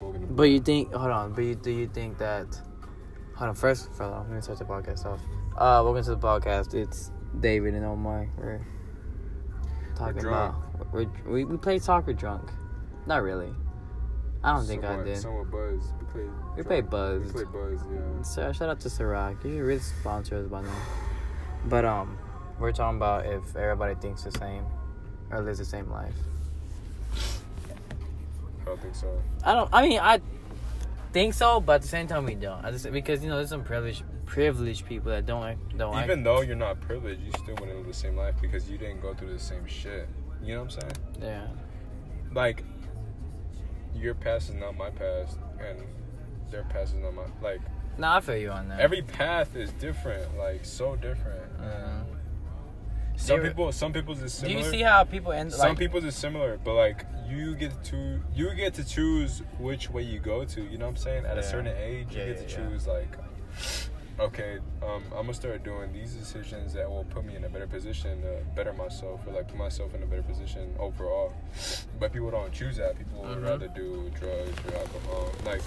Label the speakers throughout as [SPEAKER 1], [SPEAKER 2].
[SPEAKER 1] We're gonna-
[SPEAKER 2] But you think, hold on. But you, do you think that? Hold on. First, hold on. Let me start the podcast off. Uh, welcome to the podcast. It's David and Omar. We're talking
[SPEAKER 1] drunk.
[SPEAKER 2] about. We're, we we played soccer drunk. Not really. I don't think I
[SPEAKER 1] somewhat-
[SPEAKER 2] did.
[SPEAKER 1] Somewhat buzz. We played.
[SPEAKER 2] We
[SPEAKER 1] drunk.
[SPEAKER 2] played Buzz.
[SPEAKER 1] We played buzz. Yeah.
[SPEAKER 2] So shout out to Ciroc. You should really sponsor us by now. But um, we're talking about if everybody thinks the same or lives the same life.
[SPEAKER 1] I don't think so.
[SPEAKER 2] I don't. I mean, I think so, but at the same time, we don't. I just, because you know, there's some privileged privileged people that don't act- don't act-
[SPEAKER 1] Even though you're not privileged, you still wouldn't live the same life because you didn't go through the same shit. You know what I'm saying?
[SPEAKER 2] Yeah.
[SPEAKER 1] like your past is not my past and their past is not my like
[SPEAKER 2] No, I feel you on that.
[SPEAKER 1] every path is different like so different
[SPEAKER 2] Mhm.
[SPEAKER 1] some
[SPEAKER 2] Do you-
[SPEAKER 1] people some people's is
[SPEAKER 2] Do
[SPEAKER 1] similar
[SPEAKER 2] you see how people end?
[SPEAKER 1] some
[SPEAKER 2] Like,
[SPEAKER 1] people's is similar but like you get to you get to choose which way you go to you know what i'm saying at a
[SPEAKER 2] Yeah.
[SPEAKER 1] certain age
[SPEAKER 2] Yeah,
[SPEAKER 1] you get
[SPEAKER 2] yeah,
[SPEAKER 1] to
[SPEAKER 2] yeah.
[SPEAKER 1] choose like okay um, i'm gonna start doing these decisions that will put me in a better position to better myself or like put myself in a better position overall but people don't choose that people would
[SPEAKER 2] Mhm.
[SPEAKER 1] rather do drugs or alcohol like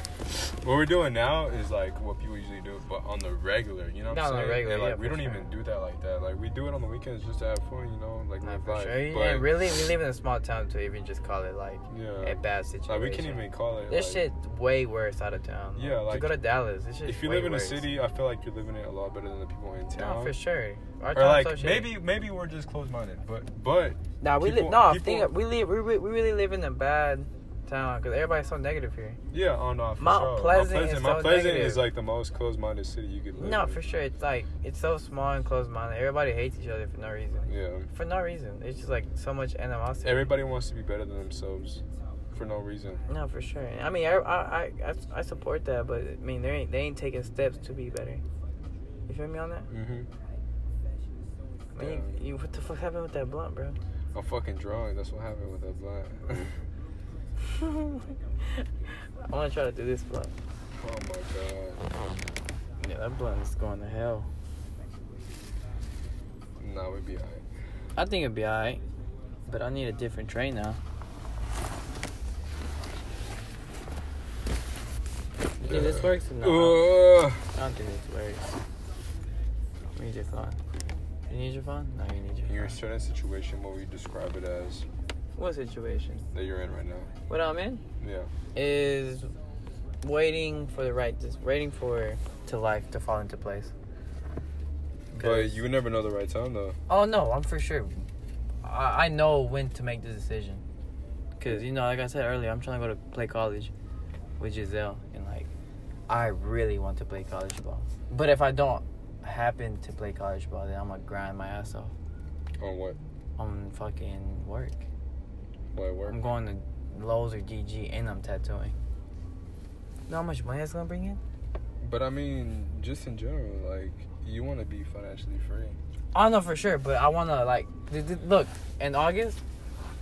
[SPEAKER 1] what we're doing now is like what people usually do but on the regular you know what i'm
[SPEAKER 2] Yeah, on the
[SPEAKER 1] saying
[SPEAKER 2] regular,
[SPEAKER 1] And, like
[SPEAKER 2] yeah,
[SPEAKER 1] we
[SPEAKER 2] for
[SPEAKER 1] don't
[SPEAKER 2] sure.
[SPEAKER 1] even do that like that like we do it on the weekends just to have fun you know like
[SPEAKER 2] Nah,
[SPEAKER 1] we
[SPEAKER 2] for
[SPEAKER 1] vibe.
[SPEAKER 2] sure. Yeah,
[SPEAKER 1] But-
[SPEAKER 2] really, we live in a small town to even just call it like
[SPEAKER 1] yeah
[SPEAKER 2] a bad situation.
[SPEAKER 1] like we can't even call it.
[SPEAKER 2] This
[SPEAKER 1] like,
[SPEAKER 2] shit's way worse out of town.
[SPEAKER 1] Yeah,
[SPEAKER 2] to
[SPEAKER 1] like,
[SPEAKER 2] go to Dallas, this shit.
[SPEAKER 1] If you
[SPEAKER 2] way
[SPEAKER 1] live in
[SPEAKER 2] worse.
[SPEAKER 1] a city, I feel like you're living it a lot better than the people in
[SPEAKER 2] no,
[SPEAKER 1] town.
[SPEAKER 2] for sure. Our
[SPEAKER 1] Or
[SPEAKER 2] town's so
[SPEAKER 1] like
[SPEAKER 2] shitty.
[SPEAKER 1] maybe maybe we're just closed minded, but but
[SPEAKER 2] Nah, we live.
[SPEAKER 1] people-
[SPEAKER 2] No,
[SPEAKER 1] people-
[SPEAKER 2] think of- we live. We, re- we really live in a bad town because everybody's so negative here.
[SPEAKER 1] yeah, on off.
[SPEAKER 2] Mount Pleasant is
[SPEAKER 1] Mount
[SPEAKER 2] so
[SPEAKER 1] Pleasant
[SPEAKER 2] negative.
[SPEAKER 1] is like the most closed minded city you could live.
[SPEAKER 2] No,
[SPEAKER 1] in.
[SPEAKER 2] for sure. It's like it's so small and closed-minded. Everybody hates each other for no reason.
[SPEAKER 1] Yeah,
[SPEAKER 2] For no reason. It's just like so much animosity.
[SPEAKER 1] everybody wants to be better than themselves for no reason.
[SPEAKER 2] no, for sure. I mean, er, I, I I- I I support that, but I mean, they ain't they ain't taking steps to be better. You feel me on that?
[SPEAKER 1] Mm-hmm.
[SPEAKER 2] I mean,
[SPEAKER 1] Yeah.
[SPEAKER 2] you, what the fuck happened with that blunt, bro?
[SPEAKER 1] I'm fucking drunk. That's what happened with that blunt.
[SPEAKER 2] I want to try to do this blunt.
[SPEAKER 1] oh my god.
[SPEAKER 2] Yeah, that blunt is going to hell.
[SPEAKER 1] Nah, we'd be alright.
[SPEAKER 2] I think it'd be alright, but I need a different tray now. You think this works or not?
[SPEAKER 1] Ugh.
[SPEAKER 2] I don't think this works. You need your phone. You need your phone? No, you need your
[SPEAKER 1] You're in a
[SPEAKER 2] phone.
[SPEAKER 1] certain situation what we describe it as
[SPEAKER 2] What situation?
[SPEAKER 1] that you're in right now.
[SPEAKER 2] What I'm in
[SPEAKER 1] Yeah.
[SPEAKER 2] is waiting for the right, just waiting for to life to fall into place. 'Cause-
[SPEAKER 1] But you never know the right time though.
[SPEAKER 2] Oh no, I'm for sure. I, I know when to make the decision. Cause you know, like I said earlier, I'm trying to go to play college with Giselle, and like, I really want to play college ball. But if I don't happen to play college ball, then I'm gonna grind my ass off
[SPEAKER 1] On what?
[SPEAKER 2] on fucking work.
[SPEAKER 1] What work?
[SPEAKER 2] I'm going to Lowe's or DG, and I'm tattooing. You know how much money that's gonna bring in?
[SPEAKER 1] But I mean, just in general, like you want to be financially free.
[SPEAKER 2] I don't know for sure, but I wanna like th- th- look in August,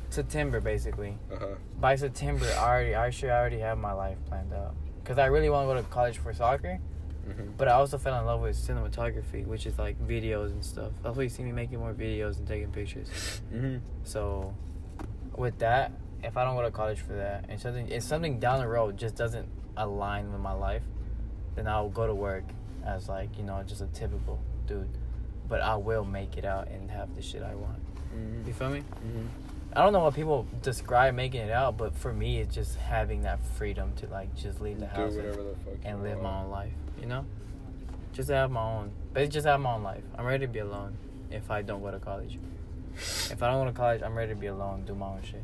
[SPEAKER 2] September basically.
[SPEAKER 1] Uh huh.
[SPEAKER 2] by September, I already, I should already have my life planned out. Cause I really want to go to college for soccer,
[SPEAKER 1] Mm-hmm.
[SPEAKER 2] but I also fell in love with cinematography, which is like videos and stuff. That's why you see me making more videos and taking pictures.
[SPEAKER 1] Mm-hmm.
[SPEAKER 2] So, with that, if I don't go to college for that, and something, if something down the road just doesn't align with my life, then I'll go to work as like you know just a typical dude. But I will make it out and have the shit I want.
[SPEAKER 1] Mm-hmm.
[SPEAKER 2] You feel me?
[SPEAKER 1] Mm-hmm.
[SPEAKER 2] I don't know what people describe making it out, but for me, it's just having that freedom to like just leave the house
[SPEAKER 1] Do
[SPEAKER 2] and,
[SPEAKER 1] whatever the fuck.
[SPEAKER 2] and
[SPEAKER 1] you
[SPEAKER 2] live my
[SPEAKER 1] want.
[SPEAKER 2] own life, you know? Just to have my own, but just have my own life. I'm ready to be alone if I don't go to college. If I don't go to college, I'm ready to be alone, do my own shit.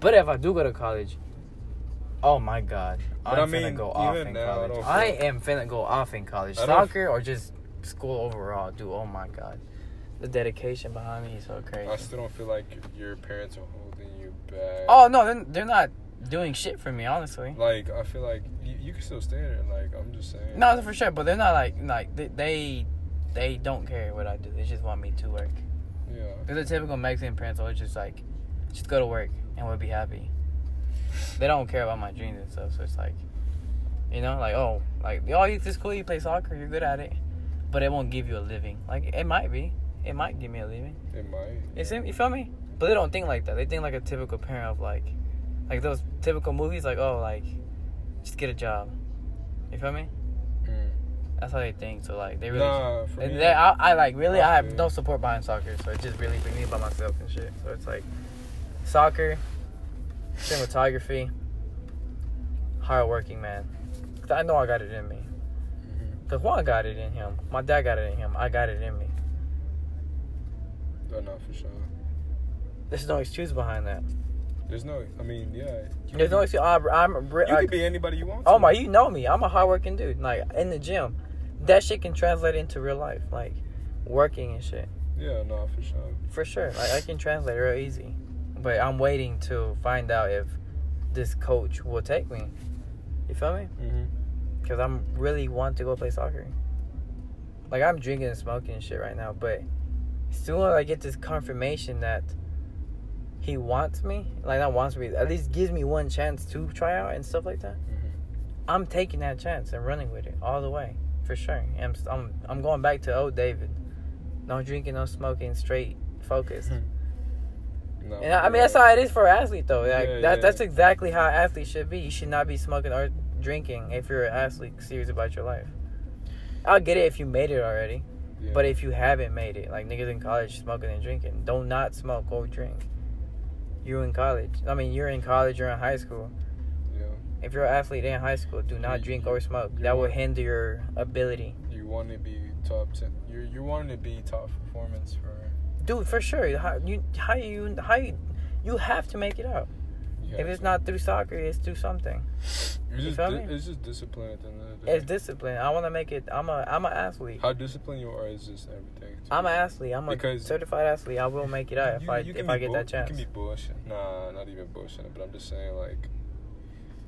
[SPEAKER 2] But if I do go to college, oh my god,
[SPEAKER 1] But
[SPEAKER 2] I'm
[SPEAKER 1] I
[SPEAKER 2] finna
[SPEAKER 1] mean,
[SPEAKER 2] go off
[SPEAKER 1] even
[SPEAKER 2] in
[SPEAKER 1] now, I
[SPEAKER 2] college.
[SPEAKER 1] don't
[SPEAKER 2] I
[SPEAKER 1] feel-
[SPEAKER 2] am finna go off in college,
[SPEAKER 1] I don't-
[SPEAKER 2] soccer or just school overall, dude. Oh my god, the dedication behind me is so crazy.
[SPEAKER 1] I still don't feel like your parents are holding you back.
[SPEAKER 2] Oh no, they're, they're not doing shit for me, honestly.
[SPEAKER 1] Like I feel like you, you can still stay there. Like I'm just saying.
[SPEAKER 2] No, for sure, but they're not like like they they, they don't care what I do. They just want me to work.
[SPEAKER 1] Yeah.
[SPEAKER 2] They're the typical Mexican parents always just like, just go to work and we'll be happy. They don't care about my dreams and stuff. So it's like, you know, like oh, like oh, you this cool. You play soccer, you're good at it, but it won't give you a living. Like it might be, it might give me a living.
[SPEAKER 1] It might.
[SPEAKER 2] You see, you feel me? But they don't think like that. They think like a typical parent of like, like those typical movies, like oh, like just get a job. You feel me?
[SPEAKER 1] Mm.
[SPEAKER 2] That's how they think. So like they really,
[SPEAKER 1] Nah, for
[SPEAKER 2] and
[SPEAKER 1] me,
[SPEAKER 2] they, I, I like really, I have
[SPEAKER 1] Okay.
[SPEAKER 2] no support behind soccer, so it's just really for me by myself and shit. So it's like soccer, cinematography, hardworking man. 'Cause I know I got it in me.
[SPEAKER 1] mhm.
[SPEAKER 2] Cause Juan got it in him. My dad got it in him. I got it in me.
[SPEAKER 1] Oh, no, for sure.
[SPEAKER 2] There's no excuse behind that.
[SPEAKER 1] There's no, I mean, yeah. You
[SPEAKER 2] There's no
[SPEAKER 1] can-
[SPEAKER 2] excuse. I'm, I'm re-
[SPEAKER 1] You
[SPEAKER 2] like,
[SPEAKER 1] could be anybody you want.
[SPEAKER 2] Oh
[SPEAKER 1] to.
[SPEAKER 2] my, you know me. I'm a hardworking dude. Like in the gym, that shit can translate into real life. Like working and shit
[SPEAKER 1] Yeah, no, for sure.
[SPEAKER 2] for sure. Like I can translate real easy. But I'm waiting to find out if this coach will take me. You feel me?
[SPEAKER 1] hmm
[SPEAKER 2] Because I'm really want to go play soccer. Like I'm drinking and smoking and shit right now, but as soon as I get this confirmation that he wants me, like not wants me, at least gives me one chance to try out and stuff like that.
[SPEAKER 1] hmm
[SPEAKER 2] I'm taking that chance and running with it all the way for sure. I'm I'm I'm going back to old David. No drinking, no smoking, straight focus.
[SPEAKER 1] No,
[SPEAKER 2] And I, I mean that's
[SPEAKER 1] yeah.
[SPEAKER 2] how it is for an athlete though. Like
[SPEAKER 1] Yeah, yeah.
[SPEAKER 2] that that's exactly how an athlete should be. You should not be smoking or drinking if you're an athlete serious about your life. I'll get it if you made it already.
[SPEAKER 1] Yeah.
[SPEAKER 2] But if you haven't made it, like niggas in college smoking and drinking, don't not smoke or drink. You're in college. I mean, you're in college. You're in high school.
[SPEAKER 1] yeah.
[SPEAKER 2] If you're an athlete in high school, do not
[SPEAKER 1] You-
[SPEAKER 2] drink
[SPEAKER 1] you-
[SPEAKER 2] or smoke.
[SPEAKER 1] you
[SPEAKER 2] That will
[SPEAKER 1] want-
[SPEAKER 2] hinder your ability.
[SPEAKER 1] you want to be top ten, you you want to be top performance for.
[SPEAKER 2] Dude, for sure. How you how you how you, you have to make it out.
[SPEAKER 1] you
[SPEAKER 2] If
[SPEAKER 1] have
[SPEAKER 2] it's
[SPEAKER 1] to-
[SPEAKER 2] not through soccer, it's through something.
[SPEAKER 1] it's
[SPEAKER 2] you
[SPEAKER 1] just,
[SPEAKER 2] feel
[SPEAKER 1] di-
[SPEAKER 2] me?
[SPEAKER 1] it's just discipline at the end of the day.
[SPEAKER 2] It's discipline. I want to make it. I'm a I'm an athlete.
[SPEAKER 1] How disciplined you are is just everything. to
[SPEAKER 2] I'm
[SPEAKER 1] me.
[SPEAKER 2] an athlete. I'm a
[SPEAKER 1] Because-
[SPEAKER 2] certified athlete. I will make it out if
[SPEAKER 1] You-
[SPEAKER 2] I
[SPEAKER 1] you can
[SPEAKER 2] if I
[SPEAKER 1] be
[SPEAKER 2] get
[SPEAKER 1] bull-
[SPEAKER 2] that chance.
[SPEAKER 1] You can be bullshit. Nah, not even bullshit. But I'm just saying, like,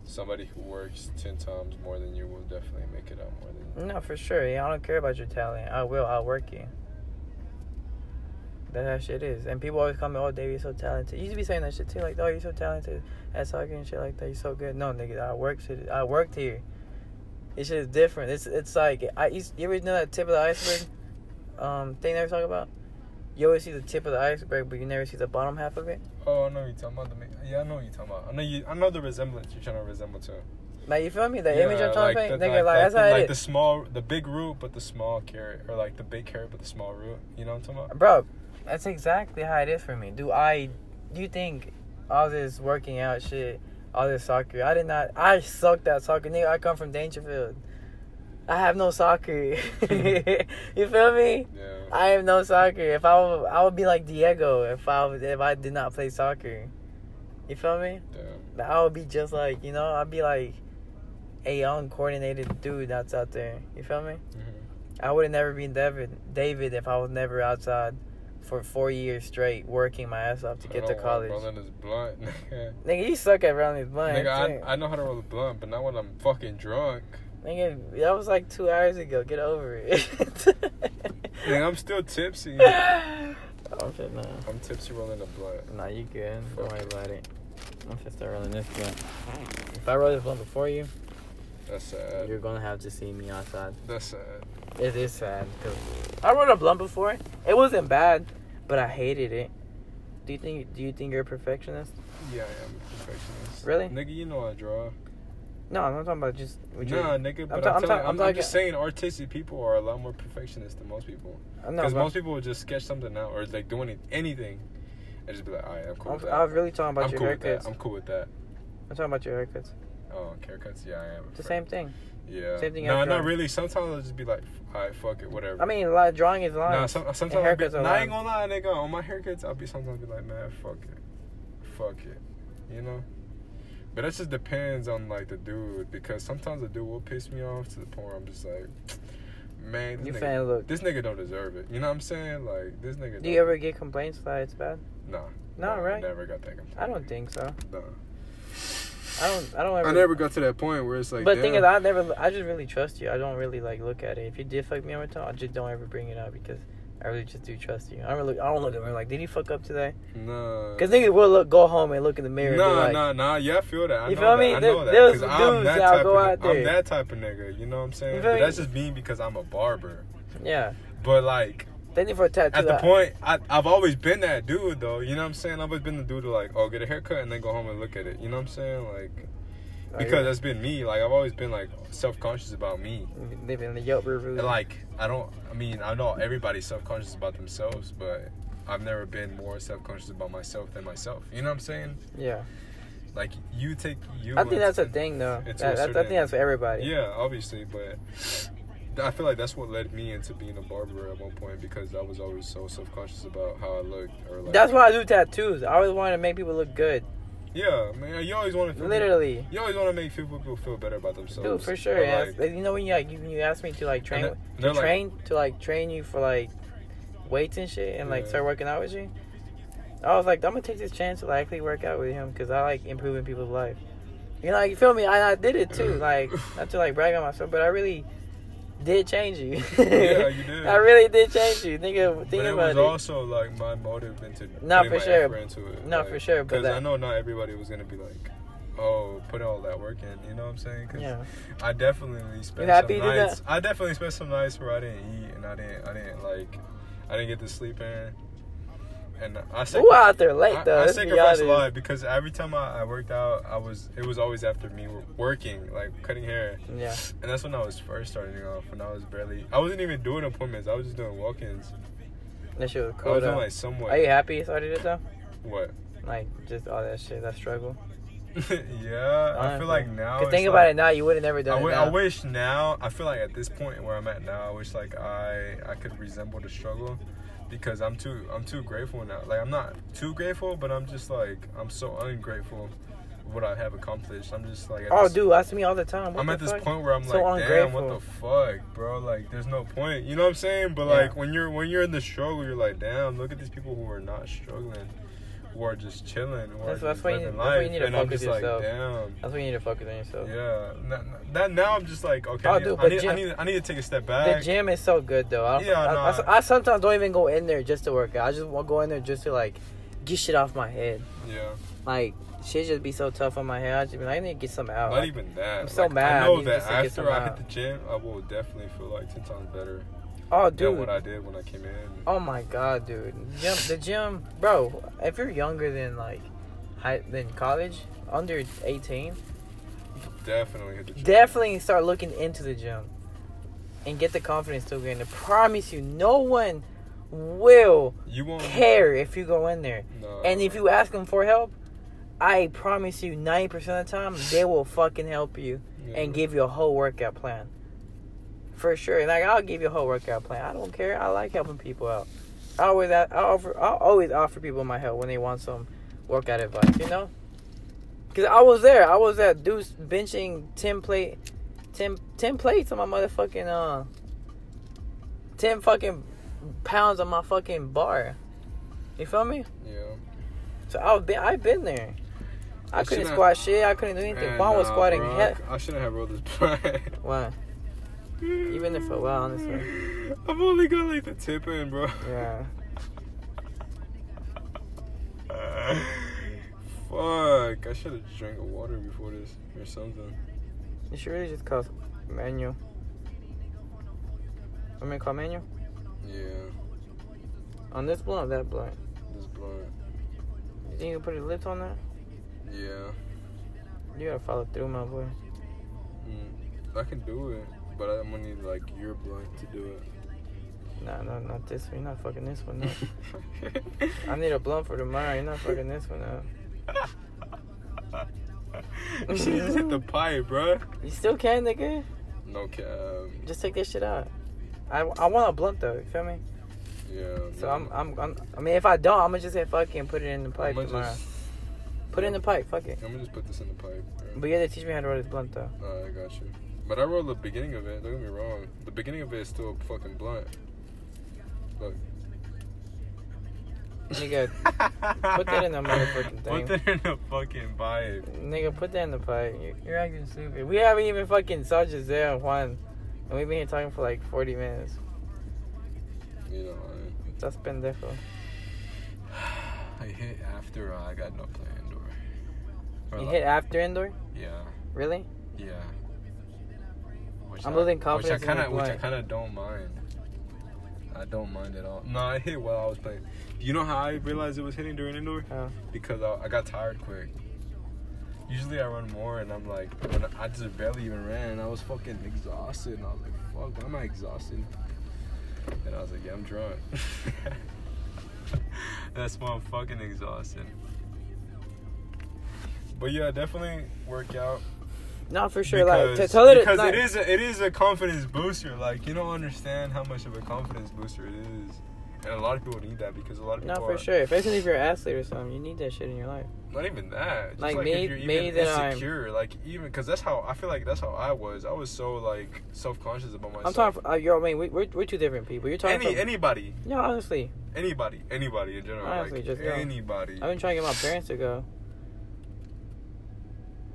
[SPEAKER 1] somebody who works ten times more than you will definitely make it out more than you.
[SPEAKER 2] No, for sure. Yeah, I don't care about your talent. I will. I'll work you. That's how shit is. And people always call me, oh, Dave, you're so talented. You used to be saying that shit too, like, oh, you're so talented at soccer and shit like that. You're so good. No, nigga, I worked. It. I worked here. This shit is different. It's it's like I used. You ever know that tip of the iceberg, um, thing they were talking about? You always see the tip of the iceberg, but you never see the bottom half of it.
[SPEAKER 1] Oh, I know what you're talking about. The, ma- yeah, I know what you're talking about. I know you. I know the resemblance you're trying to resemble to.
[SPEAKER 2] Like you feel me? The
[SPEAKER 1] Yeah,
[SPEAKER 2] image I'm trying
[SPEAKER 1] like
[SPEAKER 2] to
[SPEAKER 1] the-
[SPEAKER 2] paint, nigga. Like, that's
[SPEAKER 1] the,
[SPEAKER 2] how
[SPEAKER 1] like
[SPEAKER 2] it
[SPEAKER 1] the
[SPEAKER 2] is,
[SPEAKER 1] small, the big root, but the small carrot, or like the big carrot, but the small root. You know what I'm talking about?
[SPEAKER 2] bro. That's exactly how it is for me. Do I? You think all this working out shit, all this soccer? I did not. I sucked at soccer, nigga. I come from Dangerfield. I have no soccer. you feel me?
[SPEAKER 1] Yeah.
[SPEAKER 2] I have no soccer. If I, w- I would be like Diego if I was- if I did not play soccer. You feel me?
[SPEAKER 1] Damn.
[SPEAKER 2] I would be just like you know. I'd be like a uncoordinated dude that's out there. You feel me?
[SPEAKER 1] hmm
[SPEAKER 2] I would have never been David David if I was never outside for four years straight working my ass off to get to college.
[SPEAKER 1] Rolling is blunt. nigga,
[SPEAKER 2] Nigga, you suck at rolling his blunt.
[SPEAKER 1] Nigga,
[SPEAKER 2] too.
[SPEAKER 1] I, I know how to roll a blunt, but not when I'm fucking drunk.
[SPEAKER 2] Nigga, that was like two hours ago. Get over it.
[SPEAKER 1] Nigga, I'm still tipsy.
[SPEAKER 2] okay, nah.
[SPEAKER 1] I'm tipsy rolling a blunt.
[SPEAKER 2] Nah, you good. Don't worry about it. I'm finna start rolling this blunt. If I roll this blunt before you,
[SPEAKER 1] That's sad.
[SPEAKER 2] you're gonna have to see me outside.
[SPEAKER 1] That's sad.
[SPEAKER 2] It is sad because I rolled a blunt before. It wasn't bad, but I hated it. Do you think? Do you think you're a perfectionist?
[SPEAKER 1] Yeah, I am a perfectionist.
[SPEAKER 2] Really?
[SPEAKER 1] Nigga, you know I draw.
[SPEAKER 2] No, I'm not talking about just. would you-
[SPEAKER 1] Nah, nigga, but I'm,
[SPEAKER 2] ta- I'm
[SPEAKER 1] telling,
[SPEAKER 2] ta-
[SPEAKER 1] I'm,
[SPEAKER 2] I'm
[SPEAKER 1] I'm,
[SPEAKER 2] talking-
[SPEAKER 1] just saying artistic people are a lot more perfectionist than most people.
[SPEAKER 2] I know,
[SPEAKER 1] Because
[SPEAKER 2] but
[SPEAKER 1] most people would just sketch something out or like doing it- anything and just be like, all right, I'm cool
[SPEAKER 2] I'm,
[SPEAKER 1] with that.
[SPEAKER 2] I was really talking about
[SPEAKER 1] I'm
[SPEAKER 2] your
[SPEAKER 1] cool with
[SPEAKER 2] haircuts.
[SPEAKER 1] that. I'm cool with that.
[SPEAKER 2] I'm talking about your haircuts.
[SPEAKER 1] Oh, haircuts? Yeah, I am. a
[SPEAKER 2] It's the
[SPEAKER 1] perfec-
[SPEAKER 2] same thing.
[SPEAKER 1] Yeah.
[SPEAKER 2] Same thing
[SPEAKER 1] Nah,
[SPEAKER 2] after
[SPEAKER 1] not
[SPEAKER 2] I'm-
[SPEAKER 1] really. Sometimes I'll just be like, all right, fuck it, whatever.
[SPEAKER 2] I mean, like drawing is lines.
[SPEAKER 1] nah, some, sometimes I'll be,
[SPEAKER 2] haircuts are
[SPEAKER 1] nah, I ain't
[SPEAKER 2] lines.
[SPEAKER 1] gonna lie, nigga. On my haircuts, I'll be sometimes be like, man, fuck it, fuck it, you know. But that just depends on like the dude because sometimes the dude will piss me off to the point where I'm just like, man,
[SPEAKER 2] you
[SPEAKER 1] this, nigga,
[SPEAKER 2] fan look.
[SPEAKER 1] this nigga don't deserve it. You know what I'm saying? Like this nigga.
[SPEAKER 2] Do
[SPEAKER 1] don't-
[SPEAKER 2] you ever get complaints that it's bad?
[SPEAKER 1] Nah.
[SPEAKER 2] No,
[SPEAKER 1] nah, I
[SPEAKER 2] right?
[SPEAKER 1] never got that complaint.
[SPEAKER 2] I don't think so.
[SPEAKER 1] Nah.
[SPEAKER 2] I don't. I don't ever.
[SPEAKER 1] I never got to that point where it's like.
[SPEAKER 2] but
[SPEAKER 1] damn,
[SPEAKER 2] thing is, I never. I just really trust you. I don't really like look at it. If you did fuck me up or something, I just don't ever bring it up because I really just do trust you. I don't really. I don't look at me like, did he fuck up today?
[SPEAKER 1] Nah.
[SPEAKER 2] Because niggas will look, go home and look in the mirror. and be
[SPEAKER 1] Nah,
[SPEAKER 2] like,
[SPEAKER 1] nah, nah. Yeah, I feel that. I
[SPEAKER 2] You
[SPEAKER 1] know
[SPEAKER 2] feel
[SPEAKER 1] that.
[SPEAKER 2] me?
[SPEAKER 1] I
[SPEAKER 2] There-
[SPEAKER 1] know that.
[SPEAKER 2] there's
[SPEAKER 1] 'cause
[SPEAKER 2] some
[SPEAKER 1] I'm
[SPEAKER 2] dudes
[SPEAKER 1] that
[SPEAKER 2] that'll
[SPEAKER 1] type
[SPEAKER 2] go
[SPEAKER 1] of,
[SPEAKER 2] out
[SPEAKER 1] I'm
[SPEAKER 2] there.
[SPEAKER 1] that type of nigga. You know what I'm saying?
[SPEAKER 2] feel
[SPEAKER 1] But
[SPEAKER 2] me?
[SPEAKER 1] that's just me because I'm a barber.
[SPEAKER 2] Yeah.
[SPEAKER 1] But like,
[SPEAKER 2] They need for a tattoo.
[SPEAKER 1] At the
[SPEAKER 2] I-
[SPEAKER 1] point, I, I've always been that dude, though. You know what I'm saying? I've always been the dude who, like, oh, get a haircut and then go home and look at it. You know what I'm saying? Like,
[SPEAKER 2] like,
[SPEAKER 1] because that's been me. Like, I've always been, like, self conscious about me.
[SPEAKER 2] leaving the Yelp review.
[SPEAKER 1] And, like, I don't, I mean, I know everybody's self conscious about themselves, but I've never been more self conscious about myself than myself. You know what I'm saying?
[SPEAKER 2] yeah,
[SPEAKER 1] Like, you take you.
[SPEAKER 2] I think
[SPEAKER 1] and-
[SPEAKER 2] that's a thing though.
[SPEAKER 1] It's
[SPEAKER 2] That-
[SPEAKER 1] a
[SPEAKER 2] that's- I
[SPEAKER 1] certain-
[SPEAKER 2] think that's for everybody.
[SPEAKER 1] Yeah, obviously, but I feel like that's what led me into being a barber at one point because I was always so self conscious about how I looked. Or like,
[SPEAKER 2] That's why I do tattoos. I always wanted to make people look good.
[SPEAKER 1] Yeah, man, you always want to feel
[SPEAKER 2] Literally.
[SPEAKER 1] You always want to make people people feel better about themselves.
[SPEAKER 2] Dude, for sure.
[SPEAKER 1] But,
[SPEAKER 2] yeah.
[SPEAKER 1] like,
[SPEAKER 2] Like, you know when you like you, you asked me to like train
[SPEAKER 1] they're-
[SPEAKER 2] with-
[SPEAKER 1] they're
[SPEAKER 2] to
[SPEAKER 1] like-
[SPEAKER 2] train to like train you for like weights and shit and like
[SPEAKER 1] Yeah.
[SPEAKER 2] start working out with you. I was like, I'm gonna take this chance to like, actually work out with him because I like improving people's life. You know, like you feel me? I, I did it too. Like not to like brag on myself, but I really did change you.
[SPEAKER 1] Yeah, you did.
[SPEAKER 2] I really did change you. Think of
[SPEAKER 1] but
[SPEAKER 2] think
[SPEAKER 1] it was
[SPEAKER 2] about it.
[SPEAKER 1] also like my motive into
[SPEAKER 2] Nah,
[SPEAKER 1] putting
[SPEAKER 2] for
[SPEAKER 1] my
[SPEAKER 2] sure.
[SPEAKER 1] effort into it.
[SPEAKER 2] Nah,
[SPEAKER 1] like,
[SPEAKER 2] for sure, but
[SPEAKER 1] Because I
[SPEAKER 2] that-
[SPEAKER 1] know not everybody was gonna be like, oh, put all that work in. You know what I'm saying? 'Cause
[SPEAKER 2] yeah.
[SPEAKER 1] I definitely spent
[SPEAKER 2] happy
[SPEAKER 1] some
[SPEAKER 2] you did
[SPEAKER 1] nights. I definitely spent some nights where I didn't eat and I didn't. I didn't like. I didn't get to sleep in. And I sac-
[SPEAKER 2] Who out there late
[SPEAKER 1] I,
[SPEAKER 2] though?
[SPEAKER 1] I
[SPEAKER 2] Let's be
[SPEAKER 1] sacrificed
[SPEAKER 2] honest.
[SPEAKER 1] a lot because every time I, I worked out, I was it was always after me working, like cutting hair.
[SPEAKER 2] Yeah.
[SPEAKER 1] And that's when I was first starting off, when I was barely, I wasn't even doing appointments. I was just doing walk-ins.
[SPEAKER 2] That shit was
[SPEAKER 1] I
[SPEAKER 2] cool.
[SPEAKER 1] was doing
[SPEAKER 2] Though.
[SPEAKER 1] like somewhat.
[SPEAKER 2] Are you happy you started it though?
[SPEAKER 1] what?
[SPEAKER 2] Like just all that shit, that struggle.
[SPEAKER 1] yeah, I feel like
[SPEAKER 2] Honestly.
[SPEAKER 1] now.
[SPEAKER 2] 'Cause
[SPEAKER 1] it's
[SPEAKER 2] think
[SPEAKER 1] like-
[SPEAKER 2] about it now, you would have never
[SPEAKER 1] I
[SPEAKER 2] done
[SPEAKER 1] wi-
[SPEAKER 2] it.
[SPEAKER 1] I
[SPEAKER 2] now.
[SPEAKER 1] wish now. I feel like at this point where I'm at now, I wish like I I could resemble the struggle, because I'm too I'm too grateful now. Like I'm not too grateful, but I'm just like I'm so ungrateful of what I have accomplished. I'm just like at
[SPEAKER 2] Oh,
[SPEAKER 1] this-
[SPEAKER 2] dude, that's me all the time. What
[SPEAKER 1] I'm
[SPEAKER 2] the
[SPEAKER 1] at this
[SPEAKER 2] fuck?
[SPEAKER 1] point where I'm
[SPEAKER 2] So
[SPEAKER 1] like, damn, what the
[SPEAKER 2] ungrateful.
[SPEAKER 1] fuck, bro? Like, there's no point. You know what I'm saying? But
[SPEAKER 2] Yeah.
[SPEAKER 1] like, when you're when you're in the struggle, you're like, damn, look at these people who are not struggling, who are just chilling, who
[SPEAKER 2] That's-
[SPEAKER 1] are
[SPEAKER 2] that's
[SPEAKER 1] just
[SPEAKER 2] why you-
[SPEAKER 1] living
[SPEAKER 2] that's why
[SPEAKER 1] life.
[SPEAKER 2] you need to
[SPEAKER 1] and I'm
[SPEAKER 2] focus
[SPEAKER 1] just like,
[SPEAKER 2] yourself.
[SPEAKER 1] damn.
[SPEAKER 2] That's when you need to focus on yourself.
[SPEAKER 1] Yeah, that, that now I'm just like okay.
[SPEAKER 2] Oh,
[SPEAKER 1] I, need,
[SPEAKER 2] dude,
[SPEAKER 1] I,
[SPEAKER 2] but
[SPEAKER 1] need, I,
[SPEAKER 2] Jim-
[SPEAKER 1] need, I need to take a step
[SPEAKER 2] The
[SPEAKER 1] back.
[SPEAKER 2] gym is so good though. I, don't,
[SPEAKER 1] Yeah,
[SPEAKER 2] I,
[SPEAKER 1] no,
[SPEAKER 2] I- I sometimes don't even go in there just to work out. I just wa- go in there just to like get shit off my head.
[SPEAKER 1] yeah,
[SPEAKER 2] Like shit just be so tough on my head. I just be like, Oh, I need to get something out.
[SPEAKER 1] not even that.
[SPEAKER 2] I'm so
[SPEAKER 1] Like,
[SPEAKER 2] mad.
[SPEAKER 1] I
[SPEAKER 2] I
[SPEAKER 1] know
[SPEAKER 2] need
[SPEAKER 1] that
[SPEAKER 2] to get some
[SPEAKER 1] after I hit
[SPEAKER 2] out.
[SPEAKER 1] the gym, I will definitely feel like ten times better
[SPEAKER 2] oh,
[SPEAKER 1] than
[SPEAKER 2] dude.
[SPEAKER 1] what I did when I came in.
[SPEAKER 2] Oh my god, dude. Gym, the gym, bro. If you're younger than like high than college, under 18,
[SPEAKER 1] Definitely hit the gym.
[SPEAKER 2] definitely start looking into the gym and get the confidence to go in. I promise you, no one will
[SPEAKER 1] you won't
[SPEAKER 2] care if you go in there.
[SPEAKER 1] No,
[SPEAKER 2] And if you ask them for help, I promise you, 90% of the time, they will fucking help you
[SPEAKER 1] yeah.
[SPEAKER 2] and give you a whole workout plan. For sure. Like, I'll give you a whole workout plan. I don't care. I like helping people out. I always, I offer, I always offer people my help when they want some workout advice, you know? Because I was there. I was at Deuce benching 10 plate, 10, 10 plates on my motherfucking, uh, 10 fucking pounds on my fucking bar. You feel me?
[SPEAKER 1] yeah.
[SPEAKER 2] So I've been I've been there. I
[SPEAKER 1] You
[SPEAKER 2] couldn't
[SPEAKER 1] shouldn't-
[SPEAKER 2] squat shit. I couldn't do anything.
[SPEAKER 1] Man,
[SPEAKER 2] Vaughn was
[SPEAKER 1] nah,
[SPEAKER 2] squatting.
[SPEAKER 1] bro,
[SPEAKER 2] Heck,
[SPEAKER 1] I shouldn't have rolled this plan.
[SPEAKER 2] why? Even if a while, honestly.
[SPEAKER 1] I've only got like the tip in, bro.
[SPEAKER 2] Yeah.
[SPEAKER 1] Fuck! I should have drank water before this or something.
[SPEAKER 2] You should really just call Manuel. I mean, call Manuel
[SPEAKER 1] Yeah,
[SPEAKER 2] on this blunt, that blunt.
[SPEAKER 1] this blunt.
[SPEAKER 2] You think you put your lips on that?
[SPEAKER 1] Yeah.
[SPEAKER 2] You gotta follow through, my boy.
[SPEAKER 1] Mm, I can do it, but I'm gonna need like your blunt to do
[SPEAKER 2] Nah, no, not this one. You're not fucking this one up.
[SPEAKER 1] it.
[SPEAKER 2] I need a blunt for tomorrow. You're not fucking this one up.
[SPEAKER 1] you should just hit the pipe, bro.
[SPEAKER 2] You still can, nigga.
[SPEAKER 1] No cab.
[SPEAKER 2] Just take this shit out. I, I want a blunt though. You feel me?
[SPEAKER 1] Yeah.
[SPEAKER 2] So
[SPEAKER 1] no.
[SPEAKER 2] I'm, I'm, I'm I mean, if I don't, I'm gonna just say fuck it and put it in the pipe
[SPEAKER 1] I'ma
[SPEAKER 2] tomorrow.
[SPEAKER 1] just,
[SPEAKER 2] Put it in the pipe, fuck it.
[SPEAKER 1] I'm gonna just put this in the pipe. Bro.
[SPEAKER 2] But you had to teach me how to roll this blunt though.
[SPEAKER 1] Nah, I got you. But I rolled the beginning of it. Don't get me wrong. The beginning of it is still fucking blunt. Look.
[SPEAKER 2] Nigga, put that in the motherfucking thing.
[SPEAKER 1] Put that in the fucking pipe.
[SPEAKER 2] Nigga, put that in the pipe. You- You're acting stupid. We haven't even fucking saw Giselle and Juan, and we've been here talking for like 40 minutes.
[SPEAKER 1] You know. I-
[SPEAKER 2] That's pendejo.
[SPEAKER 1] I hit after uh, I got no play indoor. Or
[SPEAKER 2] You
[SPEAKER 1] like-
[SPEAKER 2] hit after indoor?
[SPEAKER 1] Yeah,
[SPEAKER 2] Really?
[SPEAKER 1] yeah. Which
[SPEAKER 2] I'm losing confidence
[SPEAKER 1] Which I
[SPEAKER 2] in my
[SPEAKER 1] kind of, which I
[SPEAKER 2] play.
[SPEAKER 1] kind of don't mind. I don't mind at all. No, I hit while I was playing. You know how I realized it was hitting during indoor?
[SPEAKER 2] How?
[SPEAKER 1] Because I, I got tired quick. Usually I run more, and I'm like, when I, I just barely even ran. I was fucking exhausted, and I was like, fuck, why am I exhausted? And I was like, yeah, I'm drunk. That's why I'm fucking exhausted. But yeah, definitely work out.
[SPEAKER 2] No, for sure. like to
[SPEAKER 1] Because-
[SPEAKER 2] tell her to,
[SPEAKER 1] because
[SPEAKER 2] like,
[SPEAKER 1] it is a, it is a confidence booster. Like you don't understand how much of a confidence booster it is, and a lot of people need that because a lot of
[SPEAKER 2] No,
[SPEAKER 1] people
[SPEAKER 2] for
[SPEAKER 1] are,
[SPEAKER 2] sure. Especially if you're an athlete or something, you need that shit in your life.
[SPEAKER 1] not even that. Just
[SPEAKER 2] Like,
[SPEAKER 1] like,
[SPEAKER 2] me-
[SPEAKER 1] if you're even
[SPEAKER 2] me that I'm-
[SPEAKER 1] insecure, like even because that's how I feel like that's how I was. I was so like self conscious about myself.
[SPEAKER 2] I'm talking. For, uh, you're. I mean, we, we're we're two different people. You're talking.
[SPEAKER 1] any
[SPEAKER 2] from,
[SPEAKER 1] anybody,
[SPEAKER 2] no, honestly,
[SPEAKER 1] anybody, anybody in general.
[SPEAKER 2] Honestly,
[SPEAKER 1] like
[SPEAKER 2] just go.
[SPEAKER 1] anybody.
[SPEAKER 2] I've been trying to get my parents to go.